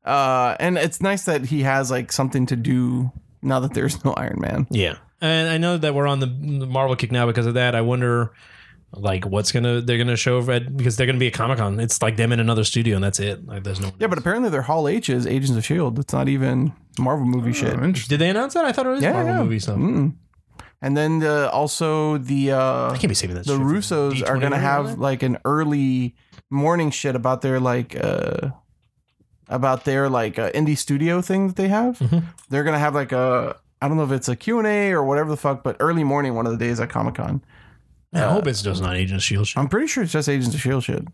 Uh, and it's nice that he has like something to do now that there's no Iron Man. Yeah. And I know that we're on the the Marvel kick now because of that. I wonder, like, what's gonna they're gonna show Red because they're gonna be a Comic Con. It's like them in another studio, and that's it. Like, there's no. Yeah, but apparently their Hall H is Agents of Shield. It's not even Marvel Oh, movie shit. did they announce that? I thought it was Yeah, Marvel yeah. movie stuff. Mm. And then the, also the uh, I can't be saving that. the shit for Russos are D21 gonna or have whatever. like an early morning shit about their like uh about their like uh, indie studio thing that they have. Mhm. They're gonna have like a I don't know if it's a Q and A or whatever the fuck, but early morning one of the days at Comic Con. I hope it's just not Agent Shield. Shit. I'm pretty sure it's just Agents of Shield E shit. E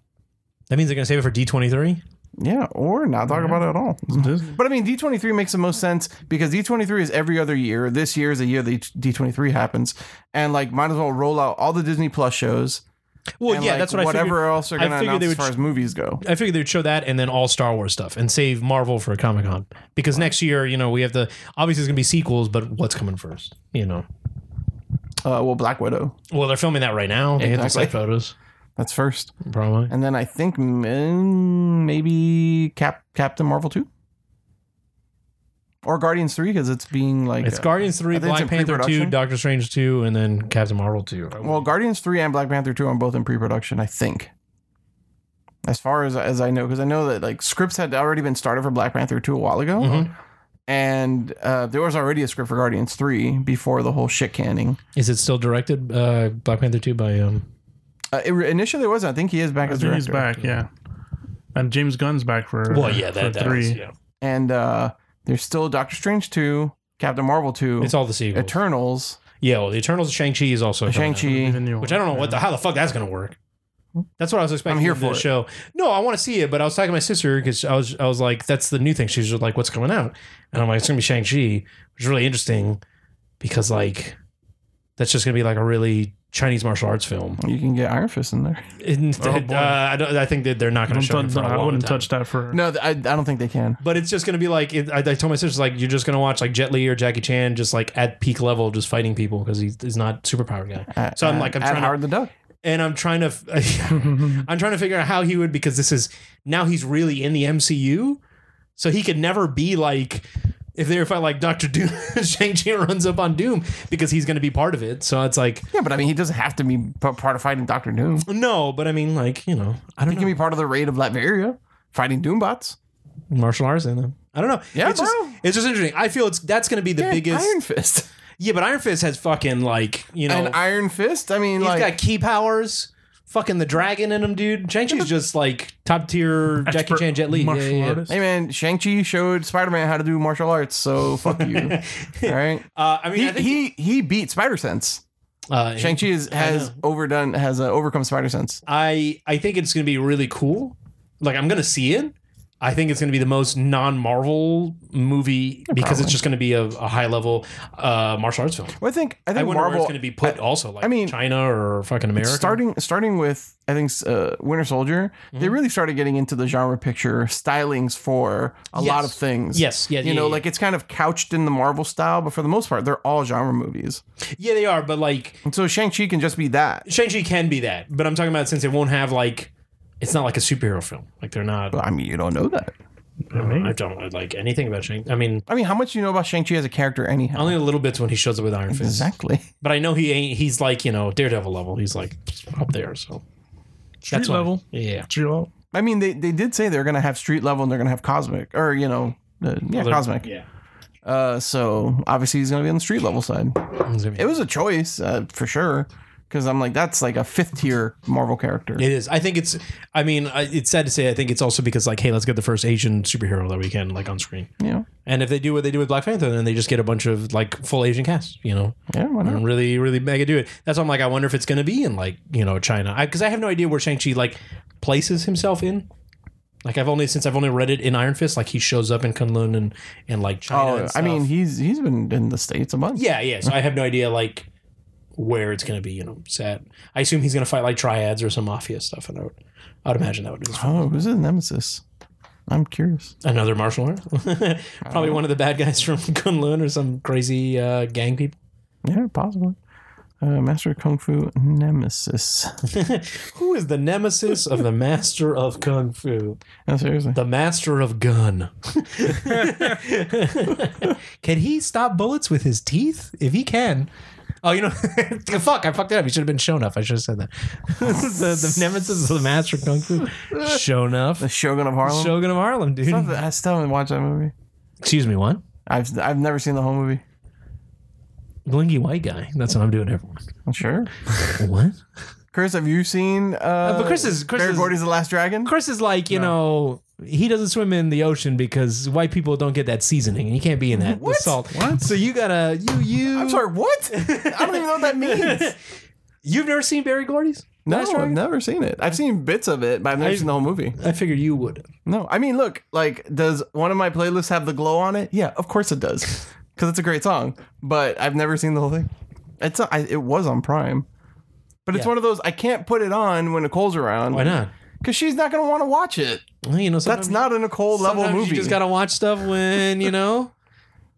That means they're gonna save it for D twenty three. Yeah, or not talk about it at all. Disney. But I mean, D23 makes the most sense because D23 is every other year. This year is a year that D23 happens, and like might as well roll out all the Disney Plus shows. Well, and, yeah, like, that's what whatever I figured. else they're I going to figured announce they as would far ch- as movies go. I figured they'd show that and then all Star Wars stuff and save Marvel for a Comic Con because next year, you know, we have the obviously it's gonna be sequels, but what's coming first? You know, Uh, well, Black Widow. well they're filming that right now. They had the Exactly. site photos, That's first, probably. and then I think mm, maybe Cap Captain Marvel two or Guardians three because it's being like It's uh, Guardians I three, think it's in Black Panther two, pre-production. Doctor Strange two, and then Captain Marvel two. well Guardians three and Black Panther two are both in pre production. I think. As far as as I know, because I know that like scripts had already been started for Black Panther two a while ago, Mhm. and uh, there was already a script for Guardians three before the whole shit canning. is it still directed uh, Black Panther two by um? Uh, it, initially, it wasn't. I think he is back I as think director. he's back. Yeah. And James Gunn's back for Well, yeah, for that, that three. was, yeah. and uh there's still Doctor Strange 2, Captain Marvel 2, It's all the sequels. Eternals, yeah, well, the Eternals, Shang Chi is also coming out. Shang-Chi. The new which I one. don't know what the how the fuck that's gonna work. That's what I was expecting. I'm here from for the it. show. No, I want to see it, but I was talking to my sister because I was I was like, that's the new thing. She's just like, what's coming out? And I'm like, it's gonna be Shang Chi, which is really interesting because like that's just gonna be like a really Chinese martial arts film. You can get Iron Fist in there. And, Oh, uh, boy. I, don't, I think that they're not I, gonna don't show it touch- for a I long wouldn't time. touch that for. No, th- I, I don't think they can. But it's just gonna be like it, I, I told my sister, it's like you're just gonna watch like Jet Li or Jackie Chan just like at peak level, just fighting people because he's, he's not superpower guy. At- So I'm at- like, I'm at trying to- Howard the Duck. And I'm trying to. f- I'm trying to figure out how he would because this is now he's really in the MCU, so he could never be like if they were fighting like Doctor Doom, Shang Chi runs up on Doom because he's going to be part of it. So it's like Yeah, but I mean, he doesn't have to be p- part of fighting Doctor Doom. no, but I mean like you know I He don't can know be part of the raid of Latveria, fighting Doombots. martial arts in them. I don't know. Yeah, it's just bro. it's just interesting. I feel it's that's going to be the Yeah, biggest. Iron Fist. Yeah, but Iron Fist has fucking like you know And Iron Fist. I mean, he's like, got key powers. Fucking the dragon in him, dude. Shang Chi's just like top tier Jackie Expert Chan, Jet Li. Yeah, martial yeah, yeah. artist. hey man, Shang Chi showed Spider Man how to do martial arts. So fuck you. All right. Uh, I mean, He I think, he, he beat Spider Sense. uh, Shang Chi has know. overdone has uh, overcome Spider Sense. I I think it's going to be really cool. Like I'm going to see it. I think it's going to be the most non-Marvel movie because it's just going to be a, a high-level uh, martial arts film. Well, I think I I think wonder where Marvel it's going to be put. also, like I mean, China or fucking America. starting starting with I think uh, Winter Soldier, they Mm-hmm. really started getting into the genre picture stylings for a lot of Yes. things. Yes, yeah, you yeah, know, yeah. like it's kind of couched in the Marvel style, but for the most part, they're all genre movies. yeah, they are, but like And so Shang Chi can just be that. Shang Chi can be that. But I'm talking about since it won't have like it's not like a superhero film. Like they're not. But, I mean, you don't know that. I don't like anything about Shang. I mean, I mean, how much do you know about Shang Chi as a character, anyhow? only a little bits when he shows up with Iron Fist. Exactly. But I know he ain't. He's like you know Daredevil level. He's like up there. So Street why. level. yeah. Street level. I mean, they, they did say they're going to have street level and they're going to have cosmic, or you know, uh, yeah, cosmic. Yeah. Uh, so obviously he's going to be on the street level side. It's gonna be- It was a choice uh, for sure, because I'm like, that's like a fifth tier Marvel character. It is. I think it's. I mean, I- it's sad to say. I think it's also because like, hey, let's get the first Asian superhero that we can like on screen. You know? And if they do what they do with Black Panther, then they just get a bunch of like full Asian cast. You know, Yeah, why not? and really, really mega do it. That's why I'm like, I wonder if it's going to be in like you know China because I, have no idea where Shang Chi like places himself in. Like I've only since I've only read it in Iron Fist, like he shows up in Kunlun and and like China. Oh, and I stuff. mean, he's he's been in the states a month. yeah, yeah. So I have no idea like where it's gonna be. You know, set. I assume he's gonna fight like triads or some mafia stuff, and I would, I would imagine that would be his Oh, who's his nemesis? I'm curious. another martial art. Probably one of the bad guys from Kunlun or some crazy uh, gang people. Yeah, possibly. Uh, Master Kung Fu Nemesis. Who is the nemesis of the master of kung fu? No, seriously. The master of gun. can he stop bullets with his teeth? If he can. Oh, you know, fuck! I fucked it up. You should have been Shonuff. I should have said that. the, the nemesis of the master of kung fu. Shonuff, The Shogun of Harlem. Shogun of Harlem, dude. Um, Something- I still haven't watched that movie. Excuse me, what? I've I've never seen the whole movie. Blingy white guy. That's what I'm doing, everyone. Sure. What? Chris, have you seen? Uh, but Chris is- Chris Barry is- Gordy's The Last Dragon. Chris is like, you know, he doesn't swim in the ocean because white people don't get that seasoning, and you can't be in that What? with salt. What? So you gotta you you. I'm sorry. What? I don't even know what that means. You've never seen Barry Gordy's? No, Last I've Dragon? never seen it. I've seen bits of it, but I've never I- seen the whole movie. I figure you would. No, I mean, look, like, does one of my playlists have the glow on it? Yeah, of course it does, because it's a great song. But I've never seen the whole thing. It's a, I, it was on Prime, but it's Yeah. one of those I can't put it on when Nicole's Why around not? because she's not gonna want to watch it. Well, you know, That's sometimes- not a Nicole level sometimes movie. You just gotta watch stuff when you know.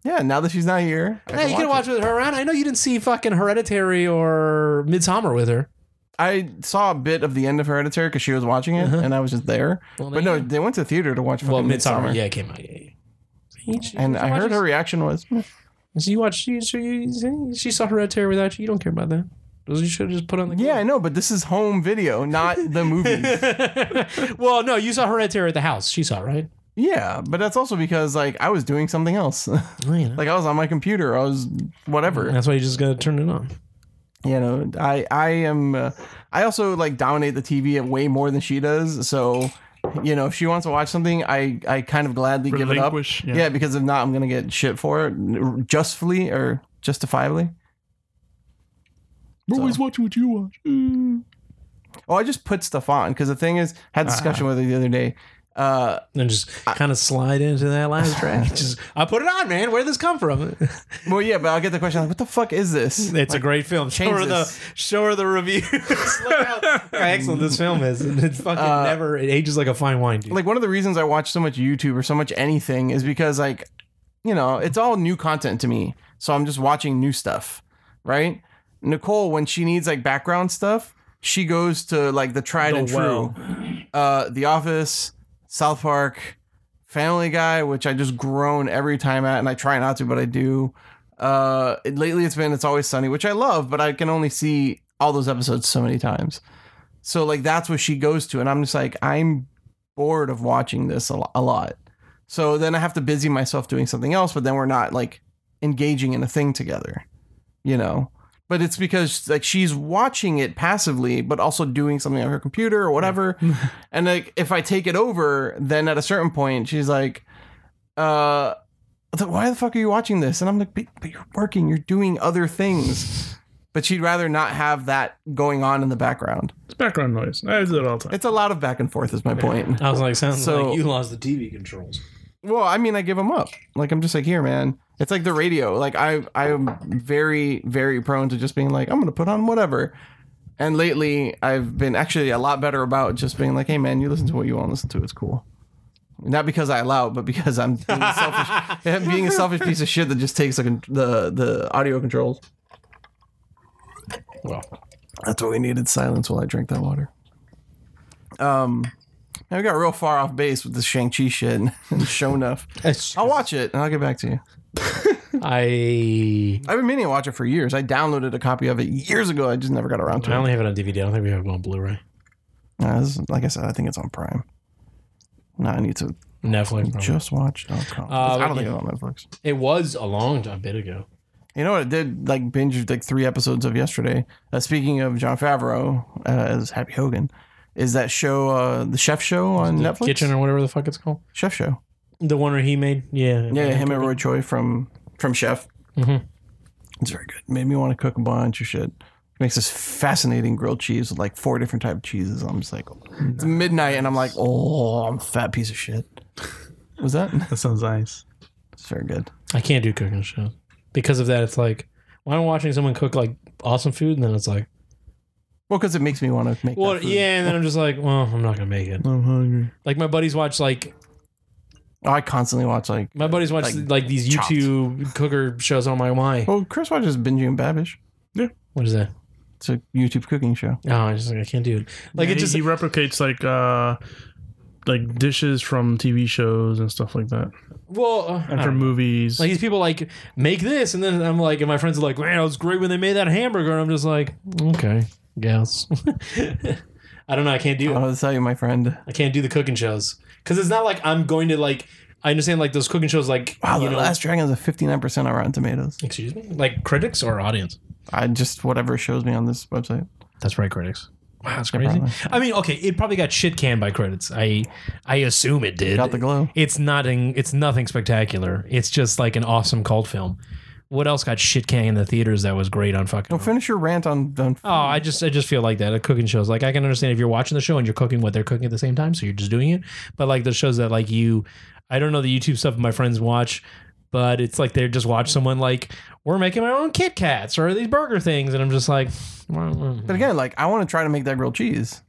yeah, now that she's not here, I hey, you can watch it. with her around. I know you didn't see fucking Hereditary or Midsummer with her. I saw a bit of the end of Hereditary because she was watching it, and I was just there. Uh-huh. Well, but no, there you they went to the theater to watch fucking Well, Midsummer. Midsummer, yeah, it came out. Yeah, yeah. See, she- And she I heard watches- her reaction was, "Meh." So you watch. She, she, she saw Hereditary without you. You don't care about that. You should have just put on the. yeah, I know, but this is home video, not the movie. well, no, you saw Hereditary at the house. She saw it, right? yeah, but that's also because like I was doing something else. like I was on my computer, I was whatever. That's why you just got to turn it on. You know, I I am. Uh, I also like dominate the TV way more than she does. So, you know, if she wants to watch something, I I kind of gladly give it up. Relinquish, Yeah. yeah. because if not, I'm gonna get shit for it, justly or justifiably. We're always watching what you watch. Mm. Oh, I just put stuff on because the thing is, had a discussion with her the other day. Uh, And just kind of slide into that last track. just, I put it on, man. Where did this come from? well, yeah, but I'll get the question like, "What the fuck is this?" It's a great film. Show change her the this. show her the reviews. Look how, how excellent this film is. And it fucking never it ages like a fine wine, dude. Uh, Like one of the reasons I watch so much YouTube or so much anything is because like, you know, it's all new content to me. So I'm just watching new stuff, right? Nicole, when she needs like background stuff, she goes to like the tried The and well. true, uh, The Office, South Park, Family Guy, which I just groan every time at, and I try not to, but I do. Uh, it- lately, it's been It's Always Sunny, which I love, but I can only see all those episodes so many times. So like that's what she goes to, and I'm just like I'm bored of watching this a lo- a lot. So then I have to busy myself doing something else, but then we're not like engaging in a thing together, you know. But it's because like she's watching it passively, but also doing something on her computer or whatever. and like if I take it over, then at a certain point she's like, "Uh, th- why the fuck are you watching this?" And I'm like, "But, but you're working, you're doing other things." But she'd rather not have that going on in the background. It's background noise. I do it all the time. It's a lot of back and forth, is my point. I was like, sounds So- like you lost the TV controls. Well, I mean, I give them up. Like I'm just like, here, man. It's like the radio. Like I, I'm very, very prone to just being like, I'm gonna put on whatever. And lately, I've been actually a lot better about just being like, hey, man, you listen to what you want to listen to. It's cool. Not because I allow, it, but because I'm being a selfish, I'm being a selfish piece of shit that just takes the con- the the audio controls. Well, That's what we needed. Silence while I drink that water. Um, now we got real far off base with this Shang Chi shit and, and show enough. I'll watch it and I'll get back to you. I I've been meaning to watch it for years. I downloaded a copy of it years ago. I just never got around I to it. only have it on DVD. I don't think we have it on Blu-ray. Uh, this is- like I said, I think it's on Prime. No, I need to Netflix. probably. just watch. Oh, God. Uh, I don't but think it's on Netflix. It was a long time, bit ago. You know what? I did like binge like three episodes of yesterday. Uh, speaking of John Favreau uh, as Happy Hogan, is that show uh, the Chef Show on The Netflix? Kitchen or whatever the fuck it's called. Chef Show. The one where he made. Yeah. Yeah, him and Roy Choi from from Chef. Mhm. It's very good. Made me want to cook a bunch of shit. makes this fascinating grilled cheese with like four different type of cheeses. I'm just like, it's midnight, and I'm like, oh, I'm a fat piece of shit. Was that? That sounds nice. It's very good. I can't do cooking shows because of that. It's like when I'm watching someone cook like awesome food, and then it's like, Well, because it makes me want to make. well, that food. yeah, and then I'm just like, well, I'm not gonna make it. I'm hungry. Like my buddies watch like Oh, I constantly watch like. my buddies watch Like, like, these Chopped. YouTube cooker shows. on my why? Well, Chris watches Benji and Babish. What is that? It's a YouTube cooking show. Oh, I just like I can't do it. Like Yeah, it he- just he replicates like uh like dishes from TV shows and stuff like that, well. uh, I and don't from know. movies. like these people like make this, and then I'm like, and my friends are like, man, it was great when they made that hamburger, and I'm just like, okay, yes. I don't know. I can't do it. I'll tell you, my friend. I can't do the cooking shows because it's not like I'm going to like. I understand like those cooking shows, like Wow, you the know, Last Dragon is a 59% on Rotten Tomatoes. excuse me, like critics or audience. I just whatever shows me on this website. That's right, critics. Wow, that's crazy. probably. I mean, okay, it probably got shit canned by credits. I I assume it did. Got the glow. it's not in, it's nothing spectacular. It's just like an awesome cult film. What else got shit canned in the theaters that was great on fucking? No, finish your rant on. on Oh, I just I just feel like that. A cooking shows like I can understand if you're watching the show and you're cooking what they're cooking at the same time, so you're just doing it. But like the shows that like you, I don't know the YouTube stuff my friends watch, but it's like they just watch someone like we're making our own Kit Kats or these burger things, and I'm just like, But again, like I want to try to make that grilled cheese.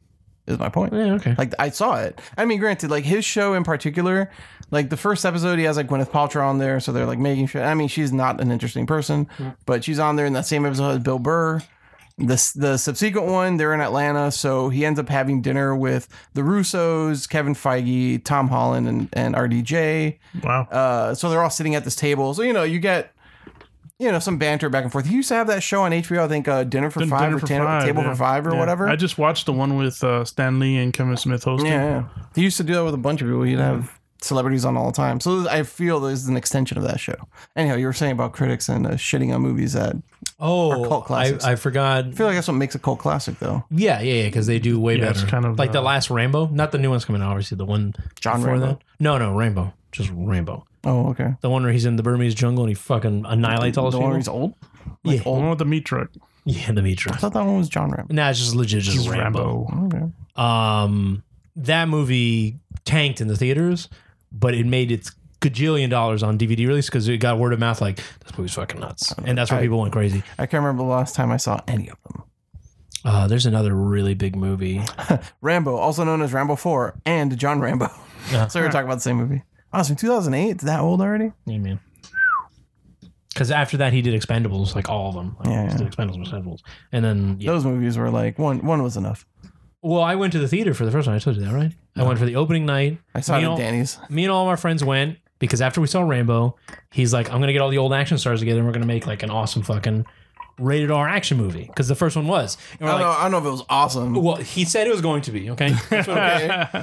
Is my point. yeah, okay. Like I saw it. I mean, granted, like his show in particular, like the first episode, he has like Gwyneth Paltrow on there, so they're like making sure. I mean, she's not an interesting person, but she's on there in that same episode as Bill Burr. The the subsequent one, they're in Atlanta, so he ends up having dinner with the Russos, Kevin Feige, Tom Holland, and and RDJ. wow, Uh, so they're all sitting at this table. So you know, you get. You know, some banter back and forth. He used to have that show on HBO, I think, uh, Dinner for Din- Five Dinner or for Tan- Five, Table yeah. for Five or Yeah. whatever. I just watched the one with uh, Stan Lee and Kevin Smith hosting. Yeah, yeah. He used to do that with a bunch of people. He'd have celebrities on all the time. So I feel this is an extension of that show. Anyhow, you were saying about critics and uh, shitting on movies that Or Oh, cult I, classics. I forgot. I feel like that's what makes a cult classic, though. Yeah, yeah, yeah, because they do way Yeah, it's better. kind of, like the uh, last Rambo, not the new one's coming out. Obviously, the one John before Rambo? that. No, no, Rambo, just Rambo. Oh, okay. The one where he's in the Burmese jungle and he fucking annihilates all The his one where people. he's old. Yeah, The one with the meat truck. yeah, the meat I truck. thought that one was John Rambo. Nah, it's just legit, just Rambo. Okay. Um, that movie tanked in the theaters, but it made its gajillion dollars on DVD release because it got word of mouth. Like this movie's fucking nuts, and that's where I- people went crazy. I can't remember the last time I saw any of them. Uh, there's another really big movie. Rambo, also known as Rambo 4, and John Rambo. Yeah. so we were talking about the same movie. Oh, it's from 2008. It's that old already? Yeah, man. Because after that, he did Expendables, like all of them. Like, Yeah, he did Expendables, Expendables, and then yeah. Those movies were like, one One was enough. well, I went to the theater for the first one. I told you that, right? I went for the opening night. I saw me it and at all- Danny's. Me and all my friends went because after we saw Rambo, he's like, "I'm gonna get all the old action stars together, and we're gonna make like an awesome fucking rated R action movie." Because the first one was, and we're I don't, know, like, I don't know if it was awesome. "Well, he said it was going to be okay." That's what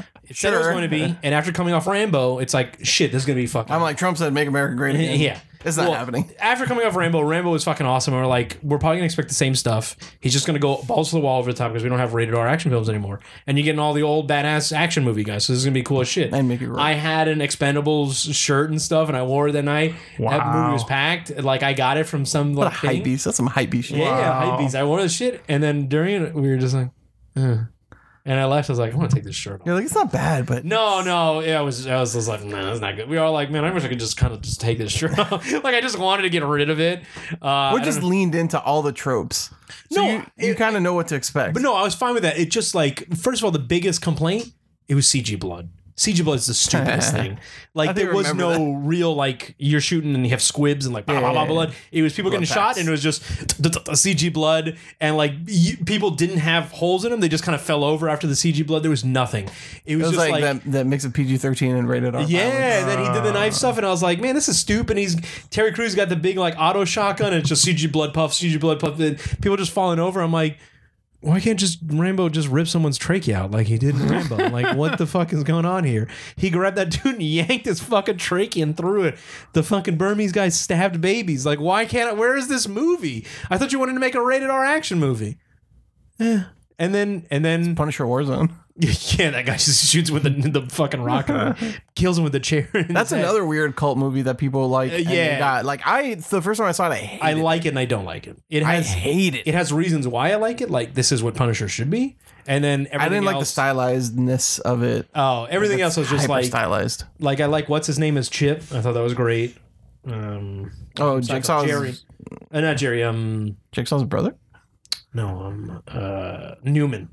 it said it was Sure. going to be, and after coming off Rambo, it's like, "Shit, this is gonna be fucking." I'm like, Trump said, make America great again. yeah. It's not Well, happening. After coming off Rambo, Rambo was fucking awesome. And we're like, we're probably gonna expect the same stuff. He's just gonna go balls to the wall over the top because we don't have rated R action films anymore. And you're getting all the old badass action movie guys, so this is gonna be cool as shit. And make it right. I had an Expendables shirt and stuff, and I wore it that night. That Wow. movie was packed. Like I got it from some like What a hype thing. beast. That's some hype beast shit. Yeah, yeah, Wow. hype beast. I wore the shit, and then during it, we were just like, "Ugh." and I left. I was like, I want to take this shirt off. You're like, it's not bad, but No, no, yeah, I was, I was just like, no, that's not good. We were all like, man, I wish I could just kind of just take this shirt off. like, I just wanted to get rid of it. Uh, we're I just don't know. leaned into all the tropes. So No, you, you it- kind of know what to expect. but no, I was fine with that. It just like, first of all, the biggest complaint, it was CG blood. CG blood is the stupidest thing. I Like, think there I was remember no real like you're shooting and you have squibs and like blah Yeah, blah yeah, blah yeah. blood. It was people Blood getting packs. shot and it was just CG blood and like you, people didn't have holes in them. They just kind of fell over after the CG blood. There was nothing. It it was, was just like, like that, that mix of PG 13 and rated R. violence. Yeah, and then he did the knife stuff, and I was like, man, this is stupid. And he's Terry Crews got the big like auto shotgun, and it's just CG blood puff, CG blood puff. and people just falling over. I'm like, why can't just Rambo just rip someone's trachea out like he did in Rambo? I'm like, what the fuck is going on here? He grabbed that dude and yanked his fucking trachea and threw it. The fucking Burmese guy stabbed babies. Like, why can't? I, where is this movie? I thought you wanted to make a rated R action movie. Eh. And then and then Punisher Warzone. yeah, that guy just shoots with the, the fucking rocket, kills him with the chair. in his That's head. another weird cult movie that people like. Uh, and they yeah. got- like I, it's the first time I saw it, I hated I it. like it and I don't like it. It I has hate it. it has reasons why I like it. Like this is what Punisher should be, and then everything I didn't like the else- stylizedness of it. Oh, everything else was just Hyper like stylized. like I like what's his name is Chip. I thought that was great. Um, Oh, Psycho- Jigsaw's Jerry, uh, not Jerry. Um, Jigsaw's brother. no, um, uh, Newman.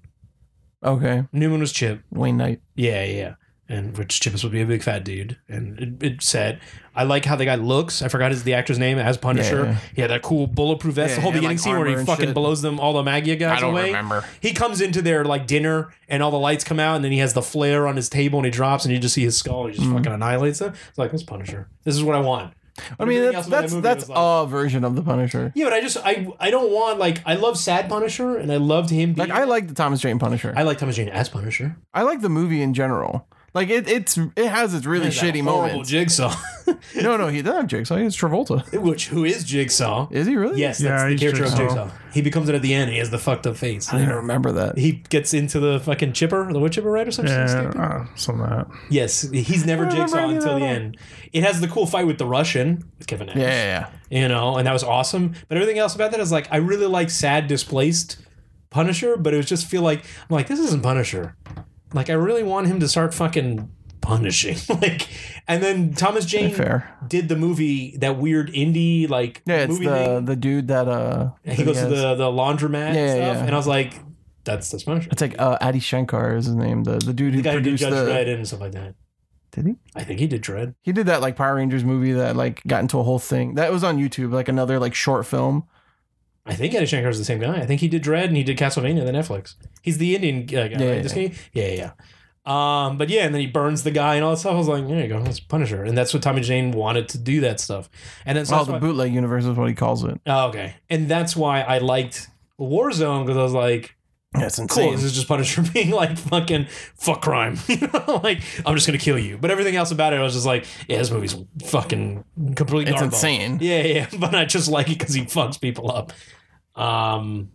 Okay, Newman was Chip. Wayne Knight. Yeah, yeah. And which Chip is supposed to be a big fat dude, and it, it said, "I like how the guy looks." I forgot his the actor's name as Punisher. Yeah, yeah. He had that cool bulletproof vest. Yeah, the whole he had, beginning like, scene where armor he and fucking shit. blows them all the Magia guys away. He comes into their like dinner, and all the lights come out, and then he has the flare on his table, and he drops, and you just see his skull, and he Mm-hmm. just fucking annihilates them. It's like this Punisher. This is what I want. I mean, Everything that's else in that that's movie that's was like- a version of the Punisher. Yeah, but I just I I don't want like I love sad Punisher, and I loved him. Being, Like I like the Thomas Jane Punisher. I like Thomas Jane as Punisher. I like the movie in general. Like it, it's it has its really There's that shitty horrible moments. Jigsaw, no, no, he doesn't have Jigsaw. He's Travolta. which who is Jigsaw? Is he really? Yes, Yeah, that's the he's character of Jigsaw. Jigsaw. He becomes it at the end. He has the fucked up face. I don't even remember that. He gets into the fucking chipper, the wood chipper, right, or something. Yeah, stupid? uh, something like that. Yes, he's never I don't remember any of Jigsaw until that the at all. end. It has the cool fight with the Russian with Kevin Nash. yeah, yeah, you know, and that was awesome. But everything else about that is like I really like sad, displaced Punisher, but it was just feel like I'm like this isn't Punisher. Like I really want him to start fucking punishing. like, and then Thomas yeah. Jane Fair. did the movie that weird indie like Yeah, it's movie the thing. the dude that uh. And he goes to has- the the laundromat Yeah, and yeah, stuff, yeah. and I was like, that's that's Punisher. It's like uh, Adi Shankar is his name. The the dude who the guy who did produced Judge the. Dredd and stuff like that. Did he? I think he did Dread. He did that like Power Rangers movie that like got into a whole thing. That was on YouTube, like another like short film. I think Eddie Shankar is the same guy. I think he did Dread and he did Castlevania, the Netflix. He's the Indian uh, guy, Yeah, right? yeah, This guy? Yeah, yeah, yeah. Um, but yeah, and then he burns the guy and all that stuff. I was like, there you go, that's Punisher. And that's what Tommy Jane wanted to do that stuff. And then so Oh, that's the why- bootleg universe is what he calls it. oh, okay. And that's why I liked Warzone because I was like, That's cool, this is just Punisher being like fucking fuck crime. you know, like I'm just gonna kill you. But everything else about it, I was just like, yeah, this movie's fucking completely It's insane. yeah, yeah, yeah. but I just like it because he fucks people up. Um,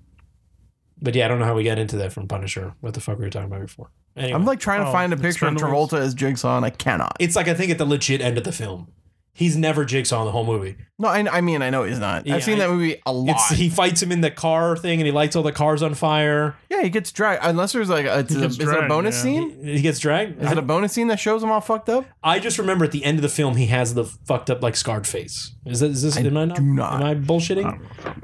but yeah, I don't know how we got into that from Punisher. What the fuck we were talking about before? Anyway, I'm like trying to Oh, find a picture of Expendables. Travolta as Jigsaw, and I cannot. it's like I think at the legit end of the film, he's never Jigsaw in the whole movie. No, I, I mean I know he's not. Yeah, I've seen I- that movie a lot. It's he fights him in the car thing, and he lights all the cars on fire. yeah, he gets dragged unless there's like a, it's He a- gets is it a dragged, bonus yeah. scene? He, he gets dragged. Is it a bonus scene that shows him all fucked up? I just remember at the end of the film, he has the fucked up like scarred face. Is that is this? am I not? do not. Am I bullshitting?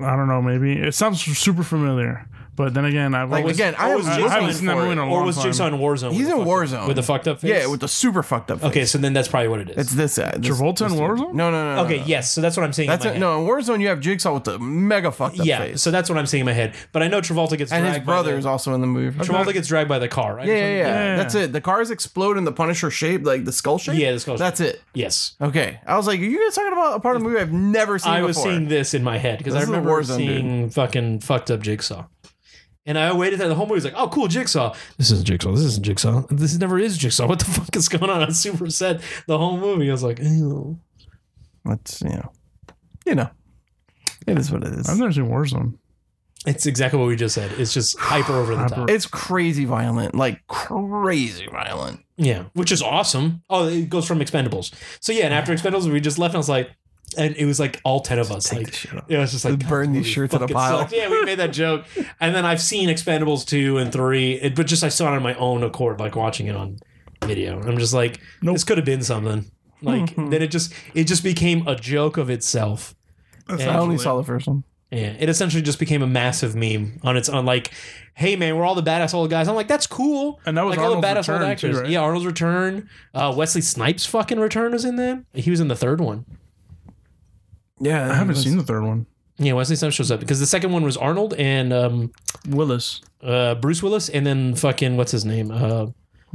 I don't know. Maybe it sounds super familiar, but then again, I've Like always, again, I or am was I haven't looking seen that movie for in it. a or long was time. Jigsaw in Warzone? He's with the in fucked up- Warzone. with the fucked up face. Yeah, with the super fucked up. okay, face. so then that's probably what it is. it's this, uh, this Travolta and Warzone. No, no, no, no. Okay, no. yes. So that's what I'm saying. That's in my it. head. no. In Warzone, you have Jigsaw with the mega fucked up Yeah, face, so that's what I'm seeing in my head. But I know Travolta gets and dragged his brother by is the, also in the movie. Travolta gets dragged by the car, right? Yeah, yeah, yeah, Yeah. That's it. The cars explode in the Punisher shape, like the skull shape. Yeah, the skull shape. That's it. Yes. Okay, I was like, "Are you guys talking about a part of the movie I've never seen?" I was before? seeing this in my head because I This is a remember Warzone, seeing fucking fucked up Jigsaw. And I waited there the whole movie. was like, oh, cool, Jigsaw. This isn't Jigsaw. This isn't Jigsaw. This never is Jigsaw. What the fuck is going on? I was super upset the whole movie. I was like, ew. That's you know, you know, it is what it I've is. never seen Warzone. It's exactly what we just said. It's just hyper over the Hyper. top. It's crazy violent, like crazy violent. Yeah, which is awesome. Oh, it goes from Expendables. So yeah, and after Expendables, we just left, and I was like, and it was like all ten of us. Take like, the shit off. Yeah, it was just like Just burn God, these this shirts in a fucking pile. sucks. Yeah, we made that joke, and then I've seen Expendables two and three, it, but just I saw it on my own accord, like watching it on video. I'm just like, Nope. this could have been something. Like Mm-hmm. then it just it just became a joke of itself. I only Essentially. saw the first one. Yeah, it essentially just became a massive meme on its own. Like, hey man, we're all the badass old guys. I'm like, that's cool. And that was like Arnold's return, too, right? Yeah, Arnold's return. Uh, Wesley Snipes' fucking return was in that. He was in the third one. Yeah, I haven't seen the third one. Yeah, Wesley Snipes shows up because the second one was Arnold and um, Willis. uh, Bruce Willis, and then fucking what's his name? Uh,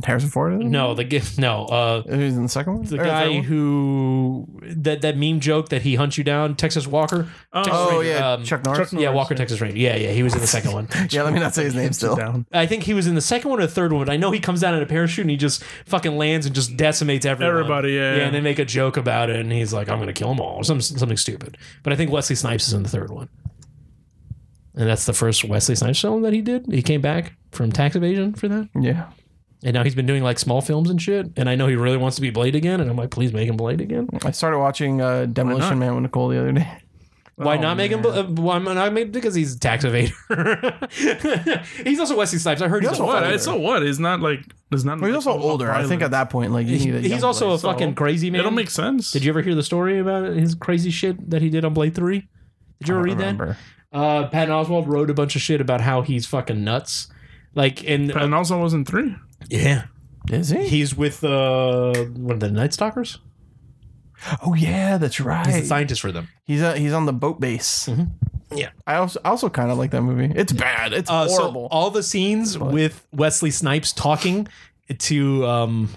Harrison Ford. isn't it? no, the g- no, uh, Who's Oh, in the second one? the Or third guy one? who that that meme joke that he hunts you down, Texas Walker. Oh. Texas Oh Ranger, yeah, um, Chuck Norris. Chuck Norris. yeah, Walker, Texas Ranger. Yeah, yeah, he was in the second one. Yeah, let me not say his name Sit still. down. I think he was in the second one or the third one, but I know he comes down in a parachute and he just fucking lands and just decimates everyone. Everybody, yeah. Yeah, and they make a joke about it, and he's like, "I'm gonna kill them all," or some something stupid. But I think Wesley Snipes is in the third one. and that's the first Wesley Snipes film that he did. He came back from tax evasion for that, Yeah. and now he's been doing like small films and shit. And I know he really wants to be Blade again, and I'm like, please make him Blade again. I started watching uh, Demolition Man with Nicole the other day. Why Oh, not make him? man. Bl- uh, why not make because he's a tax evader. he's also Wesley Snipes. I heard He's he's, also a What? older. It's so what? It's not like it's not. But he's like, also all older. I think at violence. that point, like you need a He's young also place. a fucking crazy man. It don't make sense. Did you ever hear the story about his crazy shit that he did on Blade Three? Did you ever read that? Remember. Uh, Patton Oswald wrote a bunch of shit about how he's fucking nuts. Like and Patton also wasn't three. yeah, Is he? he's with uh one of the Night Stalkers. Oh yeah, that's right. He's He's the scientist for them. he's, uh, he's on the boat base. Mhm. Yeah. I also I also kind of like that movie. It's bad. It's Uh, horrible. So all the scenes But- with Wesley Snipes talking to um,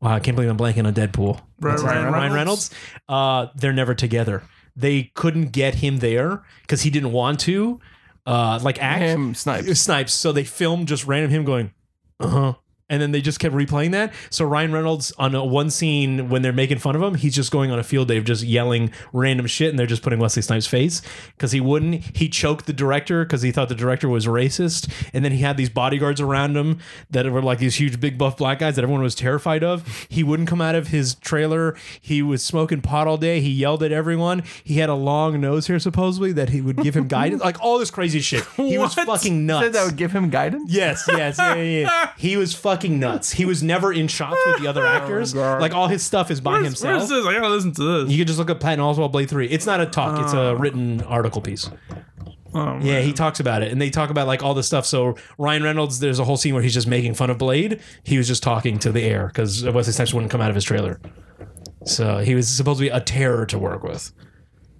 wow, I can't believe I'm blanking on Deadpool. Ryan- What's his name? Ryan Ryan Reynolds. Reynolds? Uh, they're never together. They couldn't get him there because he didn't want to, uh, like act. Him snipes. Snipes. So they filmed just random him going, uh huh. And then they just kept replaying that. So Ryan Reynolds on a, one scene when they're making fun of him, he's just going on a field day of just yelling random shit, and they're just putting Wesley Snipes' face because he wouldn't. He choked the director because he thought the director was racist, and then he had these bodyguards around him that were like these huge, big, buff black guys that everyone was terrified of. He wouldn't come out of his trailer. He was smoking pot all day. He yelled at everyone. He had a long nose here, supposedly that he would give him guidance, like all this crazy shit. He was What? fucking nuts. Said that would give him guidance. Yes, yes, yeah, yeah, yeah. He was fucking nuts. He was never in shots with the other actors. God. like all his stuff is by Oh, Where's, himself. where's this? I gotta listen to this. You can just look up Patton Oswald Blade Three. It's not a talk; it's a written article piece. Oh, man. Yeah, he talks about it, and they talk about like all the stuff. So Ryan Reynolds, there's a whole scene where he's just making fun of Blade. He was just talking to the air because Wesley Snipes wouldn't come out of his trailer. So he was supposed to be a terror to work with.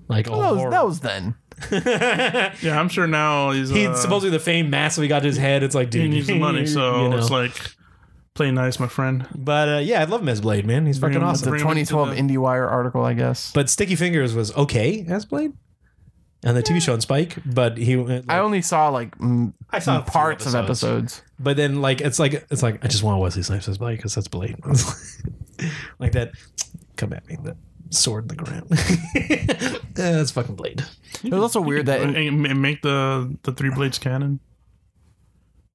Like oh, That was, horror. that was then. yeah, I'm sure now he's. he uh, supposedly the fame massively got to his head. It's like dude, he needs the money, so you know. it's like play nice, my friend. But uh, yeah, I love him as Blade, man. He's fucking him- awesome. The Bring him into 2012 the- IndieWire article, I guess. But Sticky Fingers was okay as Blade on the TV show on Spike, but he uh, like, I only saw like mm, I saw a few parts of episodes. But then like it's like it's like I just want Wesley Snipes as Blade because that's Blade, like that. Come at me, that sword in the ground. Yeah, that's fucking Blade. It was also weird that And, and make the the three blades canon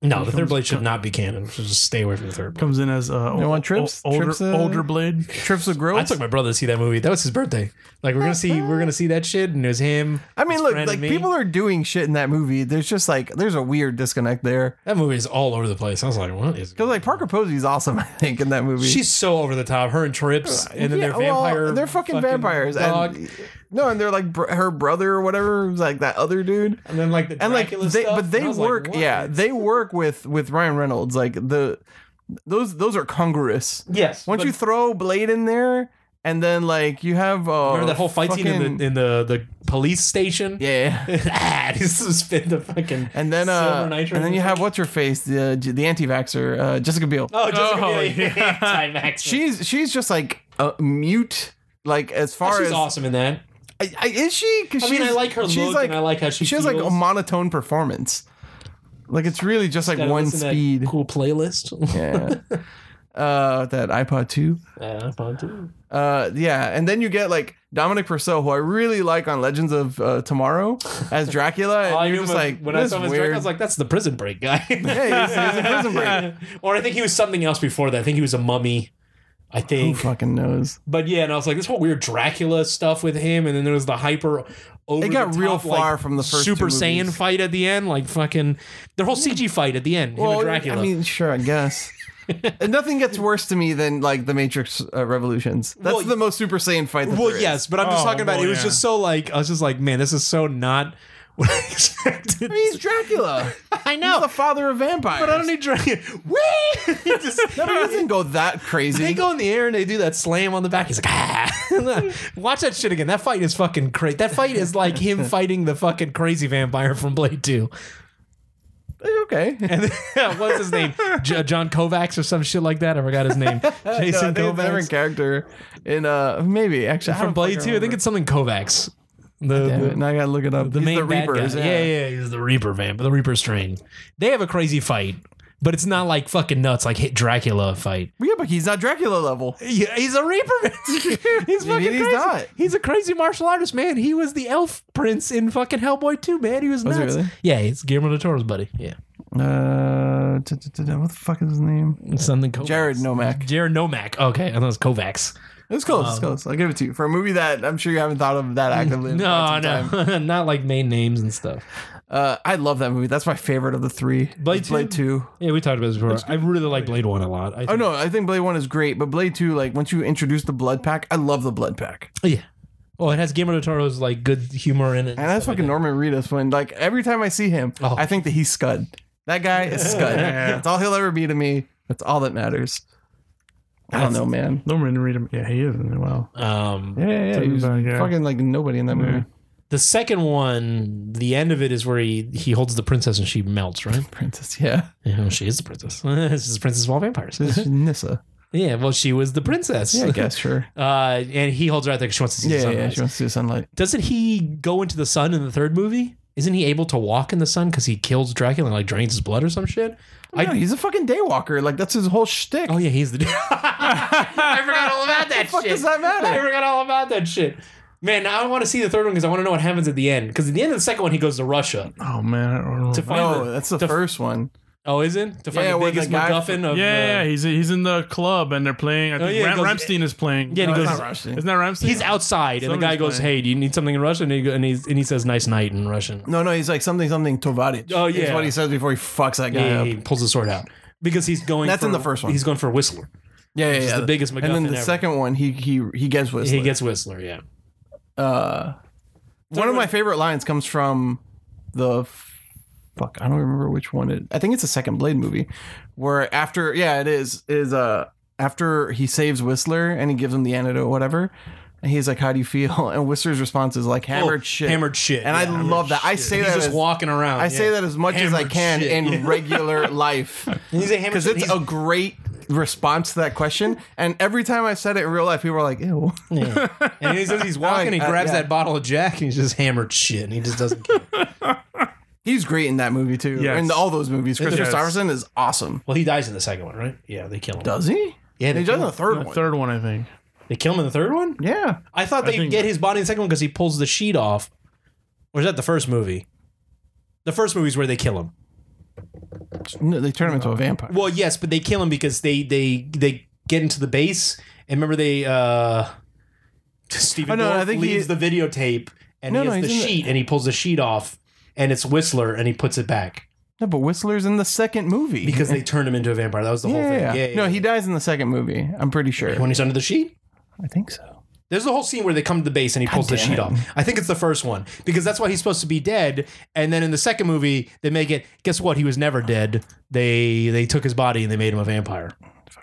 No, the third Blade should not be canon. Should just stay away from the third. Blade. comes in as uh, want Trips? older Trips, uh, older blade. Trips of I Growth. took my brother to see that movie. That was his birthday. Like we're gonna see, we're gonna see that shit, and it was him. I mean, his look, friend, like and me. people are doing shit in that movie. There's just like there's a weird disconnect there That movie is all over the place. I was like, what is? because like Parker Posey's awesome, I think, in that movie. She's so over the top. Her and Trips, and then Uh, Yeah, their vampire. well, they're fucking, vampires. dog. And, no, and they're like br- her brother or whatever, was like that other dude. and then like the And like Dracula they, stuff, but they and I was like, work. what? yeah, they work with with Ryan Reynolds. Like the those those are congruous. yes. Once but you throw Blade in there, and then like you have uh, remember that whole fight scene in the in the, the police station, yeah. Ah, just spin the fucking And then, uh, Silver and nitrate then you was have what's her face, the the anti-vaxer, uh, Jessica Biel. oh, just Oh, yeah. Timex. She's she's just like uh, mute. Like as Oh, far she's as awesome in that. I, I, is she? Cause I mean, I she's- like her she's look like, and I like how she she has like feels. a monotone performance. Like it's really just like Gotta one listen to that speed. cool playlist. yeah. Uh, that iPod two. Yeah, fun too. Uh, yeah, and then you get like Dominic Purcell, who I really like on Legends of uh, Tomorrow as Dracula. And All Oh, I you're knew just was- like, when when I this saw him as weird. Drake, I was like, "That's the Prison Break guy." yeah, he's, he's in prison break. or I think he was something else before that. I think he was a mummy. I Who think. fucking knows? But yeah, and I was like, this whole weird Dracula stuff with him, and then there was the hyper. Over It got the real top, far like, from the first Super two Saiyan movies. fight at the end, like fucking their whole CG fight at the end. Well, Well, Dracula. I mean, sure, I guess. and nothing gets worse to me than like the Matrix uh, Revolutions. That's Well, the most Super Saiyan fight. That well, there is. yes, but I'm just Oh, talking about well, it was yeah. just so like I was just like, man, this is so not what I expected. I mean, he's Dracula. I He's the know, father of vampires. but I don't need Dracula. Whee! He just- No, but he doesn't go that crazy. They go in the air and they do that slam on the back. He's like, ah. Watch that shit again. That fight is fucking crazy. That fight is like him fighting the fucking crazy vampire from Blade 2. okay. And then, what's his name? J- uh, John Kovacs or some shit like that. I forgot his name. Jason no, I think it's a Kovacs different character in uh maybe actually I from don't Blade fucking 2. I think it's something Kovacs. The, remember. Damn the- it, now I gotta look it up. the He's main the bad Reapers. guy. Yeah. yeah, he's the Reaper vamp, the Reaper strain. They have a crazy fight, but it's not like fucking nuts like hit Dracula fight. Yeah, but he's not Dracula level. Yeah, he's a Reaper. man. he's fucking he's crazy. not. He's a crazy martial artist, man. He was the elf prince in fucking Hellboy 2, man. He was, Was he nuts. really? Yeah, it's Guillermo del Toro's buddy. Yeah. Uh, t- t- t- what the fuck is his name? It's something Kovacs. Jared Nomack. Jared Nomack. Okay, I thought it was Kovacs. It was close. it Um, was close. I'll give it to you for a movie that I'm sure you haven't thought of that actively. in quite No, some time. no, not like main names and stuff. Uh, I love that movie. That's my favorite of the three. Blade It's Blade Two. Yeah, we talked about this before. I really like Blade One a lot. I Oh think- no, I think Blade One is great, but Blade Two, like once you introduce the blood pack, I love the blood pack, yeah. Well, it has Guillermo del Toro's like good humor in it. and that's fucking Norman Reedus. When like every time I see him, Oh. I think that he's Scud. That guy is Scud. That's all he'll ever be to me. That's all that matters. I don't know, man. Norman read him. Yeah, he is. Wow. Um, Yeah, yeah, yeah. He was Something about, yeah. fucking like nobody in that movie. the second one, the end of it is where he he holds the princess and she melts, right? Princess, yeah, You know, she is the princess. She's the princess of all vampires. This is Nissa. yeah, well, she was the princess. Yeah, I guess sure. Uh, and he holds her out there because she wants to see the Yeah, sunrise. yeah. She wants to see the sunlight. Doesn't he go into the sun in the third movie? Isn't he able to walk in the sun because he kills Dracula and like drains his blood or some shit? I know he's a fucking daywalker. Like that's his whole shtick. Oh yeah, he's the. I forgot all about that fuck shit. does that matter? I forgot all about that shit. Man, now I want to see the third one because I want to know what happens at the end. Because at the end of the second one, he goes to Russia Oh man. I don't to remember. find. No, the, that's the to- first one. oh, is it to find Yeah, the where the biggest guy- MacGuffin of? Yeah, yeah, uh, he's he's in the club and they're playing. I think Oh, yeah, Ram, he goes- Ramstein is playing. Yeah, and he it's goes- not Ramstein. Isn't that Ramstein? he's outside, and the guy Somebody's goes, playing. "Hey, do you need something in Russian?" And he, go- and, he's, and he says, "Nice night" in Russian. No, no, he's like something something Tovaric. Oh, is yeah. what he says before he fucks that guy Yeah, up. he pulls the sword out because he's going. That's for- in the first one. He's going for Whistler. Yeah, yeah, is yeah. the biggest And then MacGuffin the ever. second one, he he he gets with. He gets Whistler. Yeah. uh, one of my favorite lines comes from the f- fuck. I don't remember which one it. I think it's the second Blade movie, where after yeah, it is is uh after he saves Whistler and he gives him the antidote, whatever. And he's like, "How do you feel?" And Whistler's response is like, "Hammered Oh, shit." Hammered shit. And I love that. I say He's that just as, walking around. I say yeah. that as much as I Hammered can shit, in yeah. regular life. He's a hammered because shit. it's He's- a great response to that question. And every time I said it in real life, people were like, "Ew." Yeah. And he says he's walking, he uh, grabs yeah. that bottle of Jack, and he's just hammered shit, and he just doesn't care. He's great in that movie too, Yes. and all those movies. Chris Yes. Christopherson is awesome. well, he dies in the second one, right? Yeah, they kill him. Does he? Yeah, he they does in do. the third the one. third one, I think. They kill him in the third one? Yeah, I thought they think- get his body in the second one because he pulls the sheet off. Or is that the first movie? The first movie is where they kill him. No, they turn him Oh, into a vampire. Well, yes, but they kill him because they they they get into the base, and remember they uh Stephen Oh, no, Dorff I think he- leaves the videotape, and No, he no, has the he's in the- sheet, and he pulls the sheet off, and it's Whistler, and he puts it back No, but Whistler's in the second movie because they turned him into a vampire. That was the Yeah, whole thing. yeah, Yeah, yeah. yeah, no, yeah. he dies in the second movie. I'm pretty sure. when he's under the sheet. I think so. There's the whole scene where they come to the base and he pulls the damn sheet it. off. I think it's the first one because that's why he's supposed to be dead. And then in the second movie, they make it. Guess what? He was never dead. They they took his body and they made him a vampire,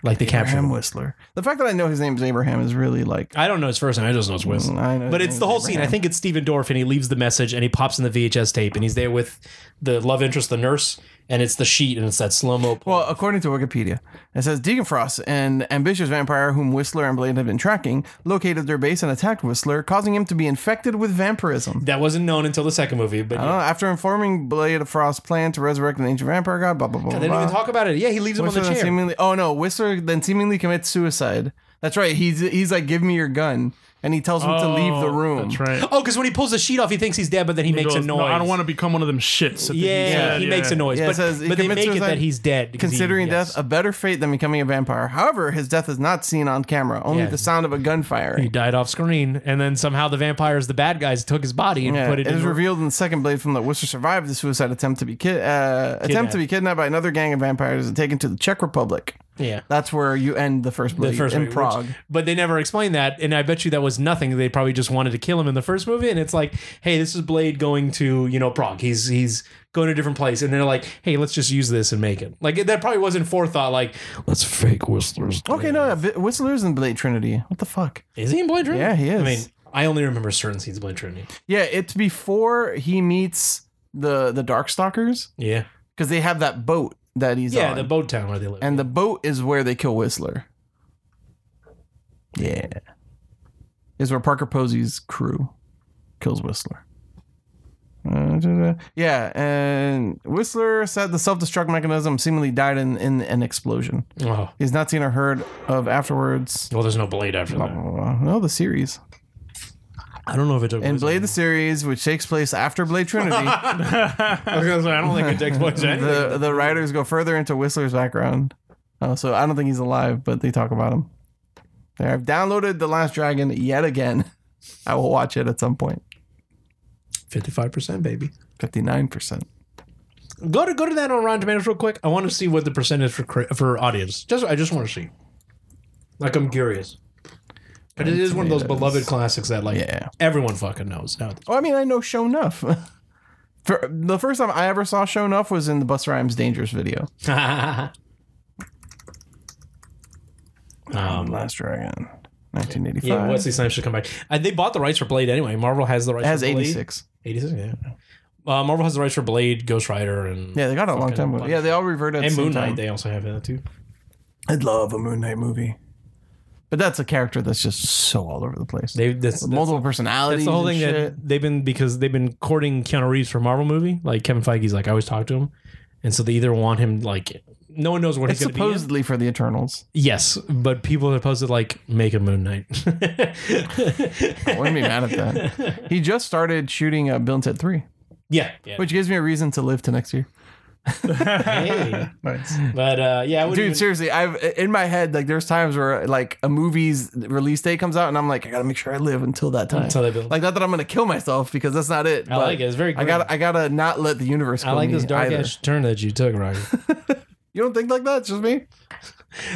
like they captured Abraham him. Whistler. The fact that I know his name is Abraham is really like. I don't know his first name. I just know it's Whistler. Mm, I know his But name it's is the whole scene. I Abraham. think it's Steven Dorff, and he leaves the message, and he pops in the VHS tape, and he's there with the love interest, the nurse, and it's the sheet, and it's that slow mo. Well, according to Wikipedia, it says Deacon Frost, an ambitious vampire whom Whistler and Blade had been tracking, located their base and attacked Whistler, causing him to be infected with vampirism. that wasn't known until the second movie, but I don't know, after informing Blade of Frost's plan to resurrect an ancient vampire god, blah blah blah. they blah, didn't even blah. talk about it. Yeah, he leaves him on the Whistler then chair. seemingly, oh no, Whistler then seemingly commits suicide. That's right. He's he's like, give me your gun, and he tells him to leave the Oh, room. That's right. Oh, because when he pulls the sheet off, he thinks he's dead, but then he, He makes goes, a "No, noise. I don't want to become one of them shits. I think he Yeah, said, he yeah. makes a noise, Yeah, it but, says he but they commits make it suicide that he's dead. because he- Considering yes. death a better fate than becoming a vampire. However, his death is not seen on camera, only Yeah. the sound of a gunfire. he died off screen, and then somehow the vampires, the bad guys, took his body and Yeah, put it, it in. is revealed in the second Blade film that Whistler survived the suicide attempt to be ki- uh, attempt to be kidnapped by another gang of vampires and taken to the Czech Republic. yeah. That's where you end the first Blade The first in movie, which- Prague. but they never explained that, and I bet you that was nothing. They probably just wanted to kill him in the first movie, and it's like, hey, this is Blade going to you know Prague. He's he's going to a different place, and they're like, hey, let's just use this and make it. Like that probably wasn't forethought. Like let's fake Whistler's. okay, no, yeah, Bi- Whistler's in Blade Trinity. What the fuck? is he in Blade Trinity? Yeah, he is. I mean, I only remember certain scenes of Blade Trinity. Yeah, it's before he meets the the Darkstalkers Yeah, because they have that boat that he's yeah, on, the boat town where they live. and the boat is where they kill Whistler. Yeah, is where Parker Posey's crew kills Whistler. Uh, Yeah, and Whistler said the self-destruct mechanism seemingly died in, in an explosion. Oh, He's not seen or heard of afterwards. well, there's no Blade after Blah, that. blah, blah. No, the series. I don't know if it took. And place Blade the series, which takes place after Blade Trinity, I was gonna say, I don't think it takes place anyway. the, the writers go further into Whistler's background. Uh, so I don't think he's alive, but they talk about him. There, I've downloaded The Last Dragon yet again. I will watch it at some point. Fifty-five percent, baby. 59%. Go to go to that on Rotten Tomatoes real quick. I want to see what the percentage for cri- for audience. Just I just want to see. Like I'm curious. But it is one of those Tomatoes. beloved classics that like Yeah. everyone fucking knows now. Oh, I mean, I know Show Enough. For, the first time I ever saw Show Enough was in the Buster Rhymes Dangerous video. um, Last Dragon, 1985. yeah, what's his name should come back. Uh, they bought the rights for Blade anyway. Marvel has the rights. it has for Blade. 86. 86, yeah. Uh, Marvel has the rights for Blade, Ghost Rider, and Yeah, they got it a long Fucking time ago. bunch. Yeah, they all reverted. at and the same Moon time. Knight. They also have that too. I'd love a Moon Knight movie. But that's a character that's just so all over the place. They that's, that's Multiple personalities. That's the whole and thing shit. that they've been because they've been courting Keanu Reeves for a Marvel movie. Like Kevin Feige's like I always talk to him, and so they either want him like no one knows what It's he's going to be. in. supposedly for the Eternals. Yes, but people are supposed to like make a Moon Knight. I wouldn't be mad at that. He just started shooting uh, Bill and Ted 3, yeah, yeah. which gives me a reason to live to next year. Hey. Nice. but uh, yeah, I Dude, wouldn't even- seriously, I've in my head like there's times where like a movie's release date comes out and I'm like I gotta make sure I live until that time. Until they build- like not that I'm gonna kill myself because that's not it. I like it. It's very. I grim. gotta I gotta not let the universe. I kill like me this dark either. ass turn that you took, Roger. You don't think like that? It's just me.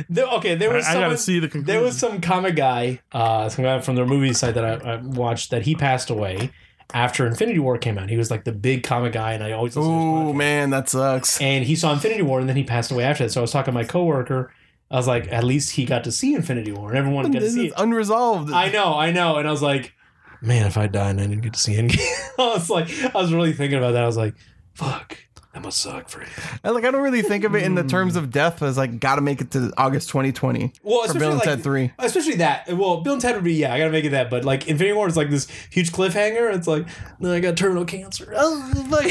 There- okay, there I, was I someone, gotta see the conclusion. there was some comic guy, uh, some guy from the movie site that I, I watched that he passed away after Infinity War came out. He was like the big comic guy, and I always listened to his Oh podcast. man, that sucks. And he saw Infinity War, and then he passed away after that. So I was talking to my coworker. I was like, at least he got to see Infinity War, and everyone got to This see is it. unresolved. I know, I know, and I was like, man, if I die and I didn't get to see Endgame, I was like, I was really thinking about that. I was like, fuck, that must suck for him. I, like I don't really think of it in the terms Hmm. of death as like gotta make it to August 2020 Well, for especially Bill and like, Ted 3. Especially that. Well, Bill and Ted would be, yeah, I gotta make it that. But like Infinity War is like this huge cliffhanger. It's like, no, I got terminal cancer. Oh, fuck.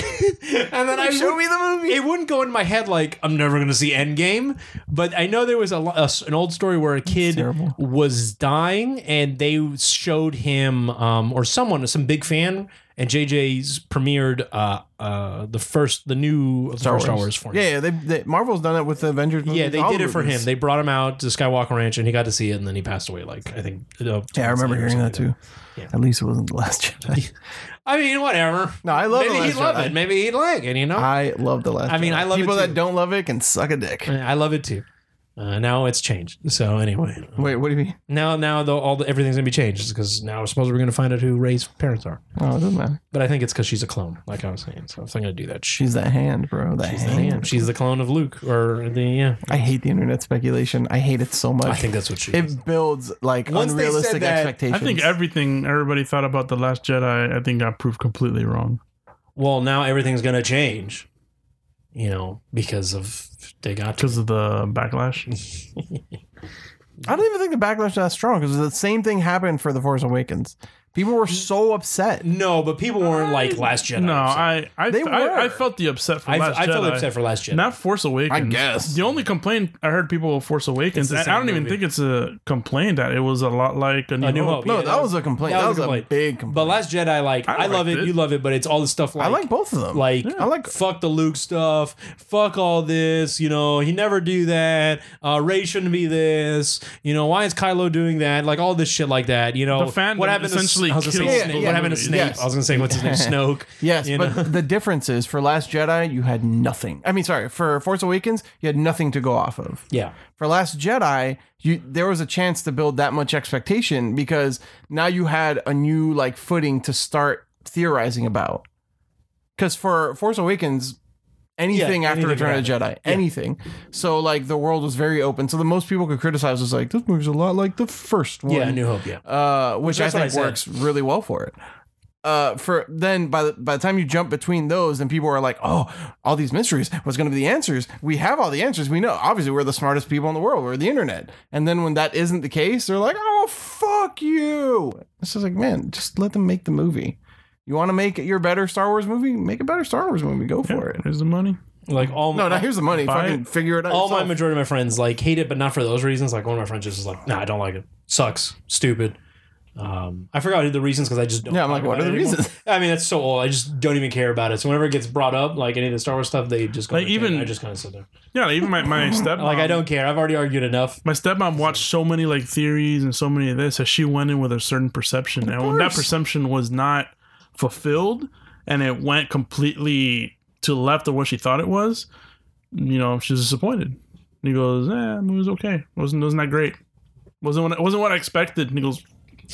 and then I Show would, me the movie. it wouldn't go in my head like I'm never gonna see Endgame. But I know there was a, lo- a s- an old story where a kid terrible. was dying and they showed him um, or someone, some big fan. And JJ's premiered uh, uh, the first, the new the first Star Wars for him. Yeah, yeah they, they, Marvel's done it with the Avengers. Movies, Yeah, they all did the it for movies. him. They brought him out to Skywalker Ranch, and he got to see it, and then he passed away. Like I think. Uh, yeah, I remember hearing that too. Yeah. At least it wasn't the last Jedi. I mean, whatever. No, I love Maybe The he'd Last love Jedi. it. Maybe he'd like it. You know, I, I love the last. I mean, Jedi. I love it people too. that don't love it can suck a dick. love it too. Uh, now it's changed. So anyway, Wait, what do you mean? now now the, all the, everything's gonna be changed because now I suppose we're gonna find out who Ray's parents are. Oh, it doesn't matter. But I think it's because she's a clone, like I was saying. So if I'm gonna do that, she's She's that hand, bro. That she's the, hand. hand. she's the clone of Luke or the yeah. I hate the internet speculation. I hate it so much. I think that's what she. is. it builds like Once they said unrealistic that, I expectations. I think everything everybody thought about the Last Jedi, I think got proved completely wrong. well, now everything's gonna change. You know, because of they got to because of the backlash. I don't even think the backlash is that strong because the same thing happened for The Force Awakens. People were so upset. No, but people weren't like Last Jedi. No, upset. I I, They were. I I felt the upset for I, Last I Jedi. felt upset for Last Jedi. Not Force Awakens. I guess. the only complaint I heard people with Force Awakens. the I, I same don't even movie. think it's a complaint that it was a lot like a New, New Hope. Hope. No, Yeah, that was a complaint. That, was, a, complaint. big complaint. but Last Jedi, like I, I love it, liked it. you love it, but it's all the stuff like I like both of them. like I like fuck the Luke stuff, fuck all this. You know, he never do that. Uh, Ray shouldn't be this. You know, why is Kylo doing that? Like all this shit like that. You know, The fandom what happened essentially to I was gonna say kills Snape. the what happened to movies. Snape? Yes. I was gonna say what's his name, Snoke. Yes, you but know? the difference is for Last Jedi, you had nothing. I mean, sorry, for Force Awakens, you had nothing to go off of. yeah. For Last Jedi, you there was a chance to build that much expectation because now you had a new like footing to start theorizing about. Because for Force Awakens, anything Yeah, after anything Return of the Jedi, anything. So like the world was very open. So the most people could criticize was like this movie's a lot like the first one Yeah, New Hope. Yeah. uh, which I That's what think I said. works really well for it. Uh, for then by the, by the time you jump between those, and people are like, "Oh, all these mysteries. What's going to be the answers? We have all the answers. We know. Obviously, we're the smartest people in the world. We're the internet." And then when that isn't the case, they're like, "Oh, fuck you." It's just like, man, just let them make the movie. You want to make your better Star Wars movie? Make a better Star Wars movie. Go for it. There's the money. Like all No, no. Here's the money. Buy Fucking figure it out. all my yourself. majority of my friends like hate it, but not for those reasons. Like one of my friends just was like, "Nah, I don't like it. Sucks. Stupid." Um, I forgot the reasons because I just don't. Yeah, I'm like, talk what about are it the anymore. reasons? I mean, that's so old. I just don't even care about it. So whenever it gets brought up, like any of the Star Wars stuff, they just go Like, like even even- I just kind of sit there. Yeah, like even my my stepmom. Like I don't care. I've already argued enough. My stepmom watched so many like theories and so many of this that she went in with a certain perception, and when that course. perception was not fulfilled, and it went completely to the left of what she thought it was, you know, she's disappointed. And he goes, "Yeah, it was okay. wasn't wasn't that great? wasn't what, wasn't what I expected." And he goes,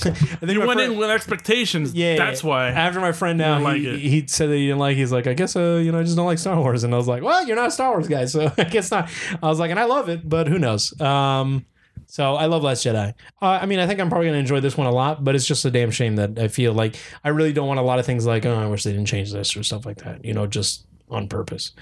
And then "You my went friend- in with expectations. Yeah, that's yeah. why." After my friend now, didn't he, like it. he said that he didn't like. He's like, I guess uh, you know, I just don't like Star Wars. And I was like, well, you're not a Star Wars guy, so I guess not. I was like, and I love it, but who knows? Um, so I love Last Jedi. Uh, I mean, I think I'm probably gonna enjoy this one a lot, but it's just a damn shame that I feel like I really don't want a lot of things like, oh, I wish they didn't change this or stuff like that. You know, just on purpose.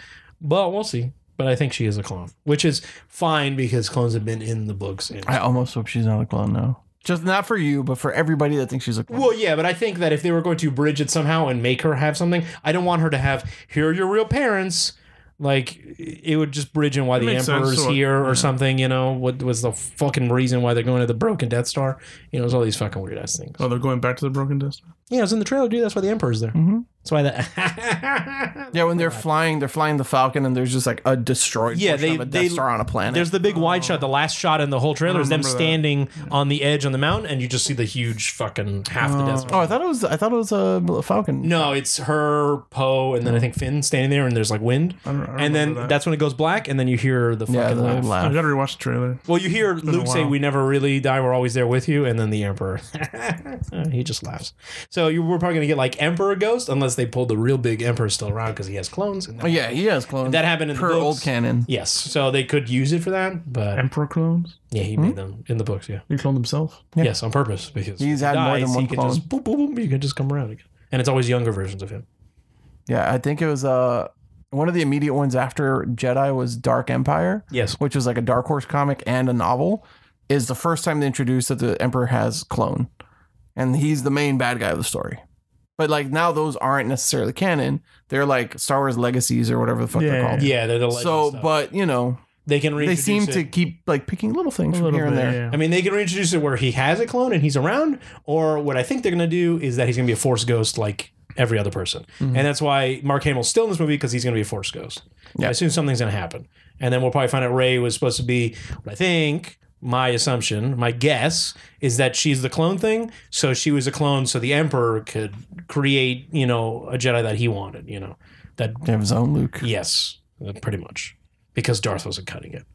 But we'll see. But I think she is a clone, which is fine because clones have been in the books. And- I almost hope she's not a clone now. Just not for you, but for everybody that thinks she's a clone. Well, yeah, but I think that if they were going to bridge it somehow and make her have something, I don't want her to have here are your real parents. Like it would just bridge in why the makes sense, emperor's sort of, here or yeah. something. You know what was the fucking reason why they're going to the broken Death Star? You know, it's all these fucking weird ass things. oh, they're going back to the broken desk. Yeah, it's in the trailer, dude. That's why the emperor's there. Mm-hmm. Mhm. That's why that. yeah, when they're flying, they're flying the Falcon, and there's just like a destroyed Yeah, portion they- of a they- Death Star on a planet. There's the big wide shot, the last shot in the whole trailer Oh. I is them remember that. standing on the edge on the mountain, and you just see the huge fucking half the Oh. Death Star. oh, I thought it was I thought it was a Falcon. No, it's her, Poe, Oh. and then I think Finn standing there, and there's like wind. I don't, I don't and then remember that. that's when it goes black, and then you hear the yeah, fucking the laugh. I laugh. gotta rewatch the trailer. Well, you hear a Luke say, while. "We never really die. We're always there with you," and then the Emperor, he just laughs. So you we're probably gonna get like Emperor Ghost, unless they pulled the real big Emperor still around because he has clones. And that, Oh, yeah, he has clones. that happened in per the books. old canon. Yes, so they could use it for that, but Emperor clones. yeah, he made them in the books. Yeah, He cloned himself. Hmm? Yeah. yes, on purpose because He's if had he more than dies, one he can clone. Just, boop, boop, boop, you can just come around again, and it's always younger versions of him. Yeah, I think it was uh one of the immediate ones after Jedi was Dark Empire, Yes, which was like a Dark Horse comic and a novel. Is the first time they introduced that the Emperor has clone, and he's the main bad guy of the story. But like now, those aren't necessarily canon. They're like Star Wars legacies or whatever the fuck they're Yeah. called. yeah, they're the legend So, stuff. but you know, they can they reintroduce seem it. to keep like picking little things A from little here and bit, there. yeah. I mean, they can reintroduce it where he has a clone and he's around, or what I think they're going to do is that he's going to be a Force Ghost like every other person. And that's why Mark Hamill's still in this movie because he's going to be a Force Ghost. Yeah. I assume something's going to happen. And then we'll probably find out Ray was supposed to be, what I think, my assumption, my guess is that she's the clone thing. So she was a clone so the Emperor could create, you know, a Jedi that he wanted, you know, that They have his own Luke. Yes, uh, pretty much, because Darth wasn't cutting it.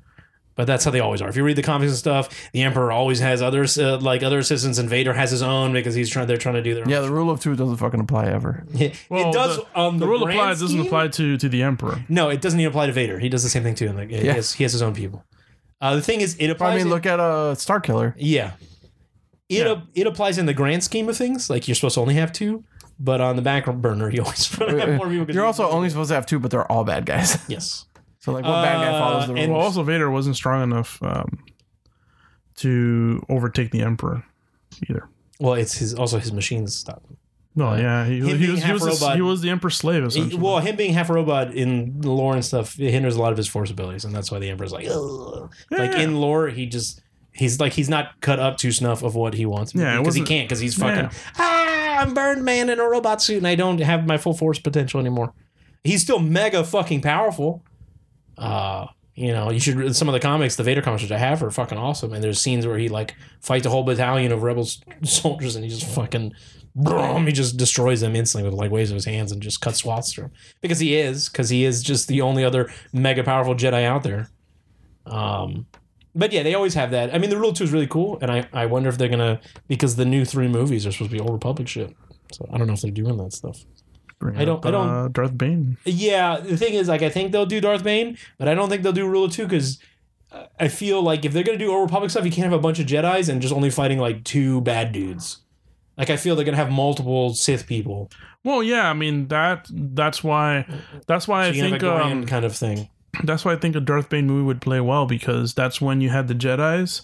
But that's how they always are. If you read the comics and stuff, the Emperor always has others uh, like other assistants, and Vader has his own because he's trying. They're trying to do their. Yeah, the rule of two doesn't fucking apply ever. own. Well, it does. the- on The rule grand applies doesn't scheme- apply to to the emperor. No, it doesn't even apply to Vader. He does the same thing too. And like, he, Yeah. has, he has his own people. Uh, the thing is, it applies. I mean, in- look at uh, Star Killer. Yeah. It, Yeah. ap- it applies in the grand scheme of things. Like you're supposed to only have two, but on the back burner, you always have more people. 'cause You're also only supposed to have two, but they're all bad guys. yes. So like, what bad guy follows the Uh, rules? and- Well, also Vader wasn't strong enough um, to overtake the Emperor either. Well, it's his also his machines stop. No, yeah, he, was- him he being was he half was, the, robot- he was the Emperor's slave He- essentially. well, him being half robot in the lore and stuff it hinders a lot of his force abilities, and that's why the Emperor's like, Ugh. Yeah, like yeah. in lore, he just he's like he's not cut up to snuff of what he wants. Yeah, it because he wasn't- can't because he's fucking yeah. ah, I'm burned man in a robot suit, and I don't have my full force potential anymore. He's still mega fucking powerful. Uh, you know, you should some of the comics, the Vader comics which I have are fucking awesome, and there's scenes where he like fights a whole battalion of rebel s- soldiers, and he just fucking. Boom, he just destroys them instantly with like waves of his hands and just cuts swaths through them because he is because he is just the only other mega powerful Jedi out there. Um, but yeah, they always have that. I mean, the rule two is really cool, and I, I wonder if they're gonna because the new three movies are supposed to be old Republic shit. So I don't know if they're doing that stuff. Bring I don't- up, I don't- Uh, Darth Bane. Yeah, the thing is, like, I think they'll do Darth Bane, but I don't think they'll do Rule of Two because I feel like if they're gonna do Old Republic stuff, you can't have a bunch of Jedi's and just only fighting like two bad dudes. Like I feel they're gonna have multiple Sith people. Well, yeah, I mean that. That's why. That's why So I you think. have a grand Um, kind of thing. that's why I think a Darth Bane movie would play well because that's when you had the Jedi's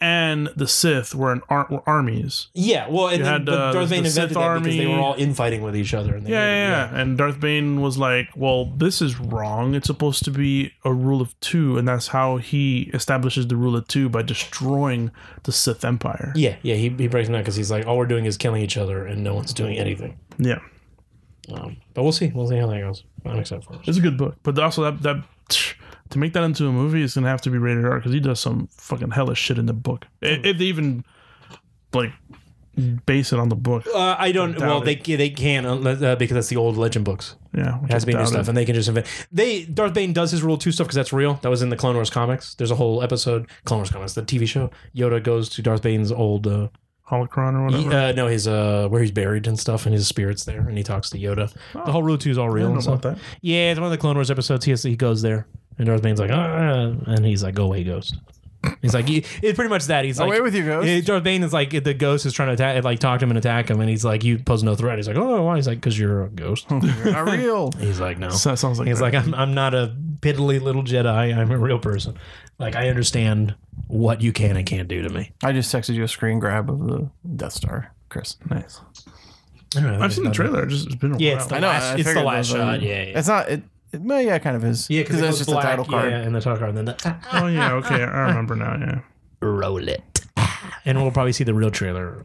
and the Sith were an ar- were armies. Yeah, well, and You then, had, but uh, Darth Bane the invented Sith that because they army. were all infighting with each other. And they Yeah, made- yeah, yeah. And Darth Bane was like, "Well, this is wrong. It's supposed to be a rule of two, and that's how he establishes the rule of two by destroying the Sith Empire." yeah, yeah, He, he breaks them down because he's like, all we're doing is killing each other, and no one's doing anything. Yeah. Um, but we'll see. We'll see how that goes. I'm excited for it. It's a good book, but also that that to make that into a movie is gonna have to be rated R because he does some fucking hellish shit in the book. I- If they even like base it on the book, Uh, I don't. Doubt well, it. they they can unless- uh, because that's the old legend books. yeah, which It I has to be new doubt stuff, it. and they can just invent. They Darth Bane does his Rule Two stuff because that's real. That was in the Clone Wars comics. There's a whole episode Clone Wars comics, the TV show. Yoda goes to Darth Bane's old. Uh, Holocron or he- whatever. uh, no, his uh, where he's buried and stuff, and his spirit's there, and he talks to Yoda. The whole Rule Two is all Oh. I real. don't And know stuff. about that. Yeah, it's one of the Clone Wars episodes. He has, he goes there, and Darth Bane's like, ah, and he's like, go away, ghost. He's like, he, it's pretty much that. He's like, Away with you, ghost. yeah, Darth Bane is like the ghost is trying to attack, like talk to him and attack him, and he's like, "You pose no threat." He's like, "Oh, why?" He's like, "Cause you're a ghost." You're not real. he's like, "No." So that sounds like He's like, "I'm I'm not a piddly little Jedi. I'm a real person. Like I understand what you can and can't do to me." I just texted you a screen grab of the Death Star, Chris. nice. I don't know, I've seen the not- trailer. It's just it's been a Yeah, while. it's the I know. I last. It's the figured last those shot. are- Yeah, yeah. It's not. It, it, well, yeah, it kind of is. yeah, because that's just black, the title card. Yeah, and the title card, and then the, oh yeah, okay, I remember now. Yeah, roll it, and we'll probably see the real trailer.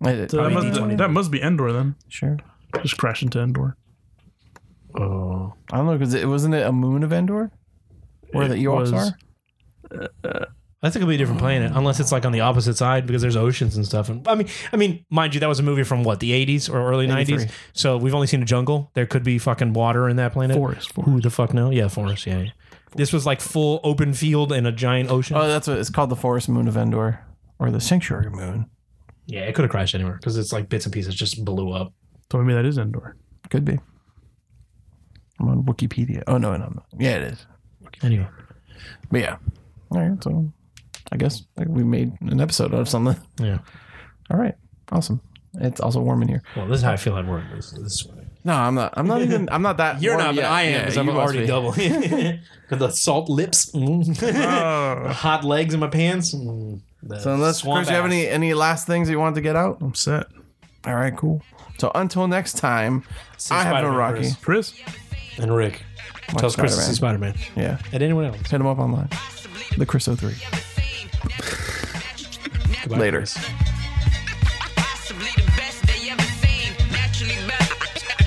It- it- so that, I mean, must, D20. that must be Endor then. sure. Just crash into Endor. Oh, I don't know because it wasn't it a moon of Endor, where It the Ewoks was- are. That's a completely different planet, unless it's like on the opposite side because there's oceans and stuff. And I mean, I mean, mind you, that was a movie from what the 80s or early 90s. 83. So we've only seen a jungle. There could be fucking water in that planet. Forest, forest. Who the fuck know? Yeah, forest. Yeah, yeah. This was like full open field and a giant ocean. Oh, that's what it's called—the forest moon of Endor, or the sanctuary moon. yeah, it could have crashed anywhere because it's like bits and pieces just blew up. So maybe that is Endor. Could be. I'm on Wikipedia. Oh no, no, I'm not. Yeah, it is. Anyway, But yeah. All right. So I guess like, we made an episode out of something. yeah. All right. Awesome. It's also warm in here. Well, this is how I feel at work. This, this No, I'm not. I'm not even. I'm not that. warm yet. Yeah, you must be. double. Got the salt lips, mm. Oh, hot legs in my pants. So unless Chris, you have any any last things you wanted to get out? I'm set. All right. Cool. So until next time, I have been Spider-Man, Rocky. Chris. Chris. and Rick tells Chris to see Spider Man Yeah. and anyone else. Hit him up online. The Chris 03. Goodbye, Later. Chris. Possibly the best they ever seen. Naturally better.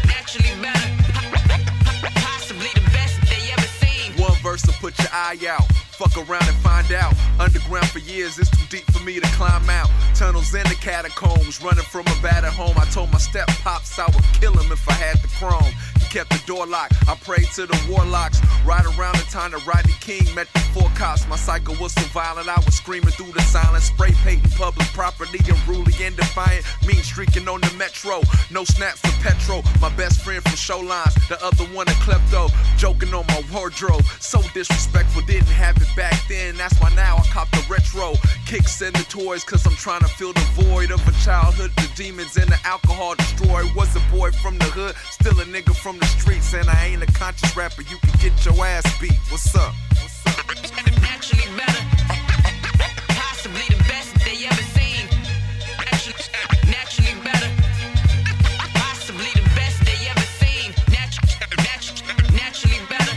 Naturally better. Possibly the best they ever seen. One verse will put your eye out. Fuck around and find out. Underground for years, it's too deep for me to climb out. Tunnels in the catacombs, running from a battered home. I told my step pops I would kill him if I had the chrome. He kept the door locked. I prayed to the warlocks. Right around the time that Rodney King met the four cops, my cycle was so violent. I was screaming through the silence, spray painting public property, unruly and defiant. Mean streaking on the metro. No snaps for petrol. My best friend from Showlines, the other one a klepto. Joking on my wardrobe. So disrespectful, didn't have it back then. That's why now I cop the retro. Kicks in the toys, cause I'm trying to fill the void of a childhood. The demons and the alcohol destroy. Was a boy from the hood, still a nigga from the streets. And I ain't a conscious rapper, you can get your ass beat. What's up? What's up? Naturally better. Possibly the best they ever seen. Naturally, naturally better. Possibly the best they ever seen. Naturally, naturally, naturally better.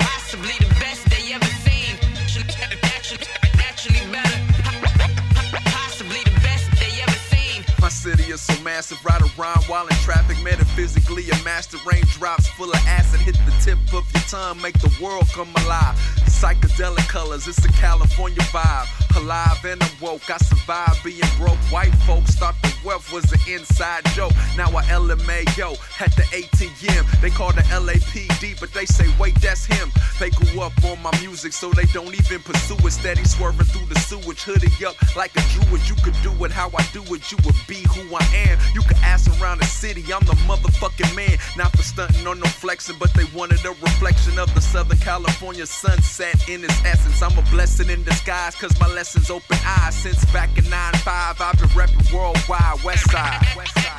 Possibly the best they ever seen. Naturally, naturally, naturally better. Possibly the best they ever seen. My city is so massive, ride around while in traffic. Metaphysically, a master raindrops full of acid hit the tip of your tongue, make the world come alive. Psychedelic colors, it's a California vibe. Alive and I'm woke, I survived being broke. White folks thought the wealth was an inside joke. Now I LMAO at the ATM. They call the LAPD, but they say, wait, that's him. They grew up on my music, so they don't even pursue it. Steady swerving through the sewage, hoodie up like a druid. You could do it how I do it, you would be who I am. You could ask around the city, I'm the motherfucking man. Not for stunting or no flexing, but they wanted a reflection of the Southern California sunset in its essence. I'm a blessing in disguise, cause my lessons open eyes. Since back in 9 5, I've been repping worldwide, West Side. West side.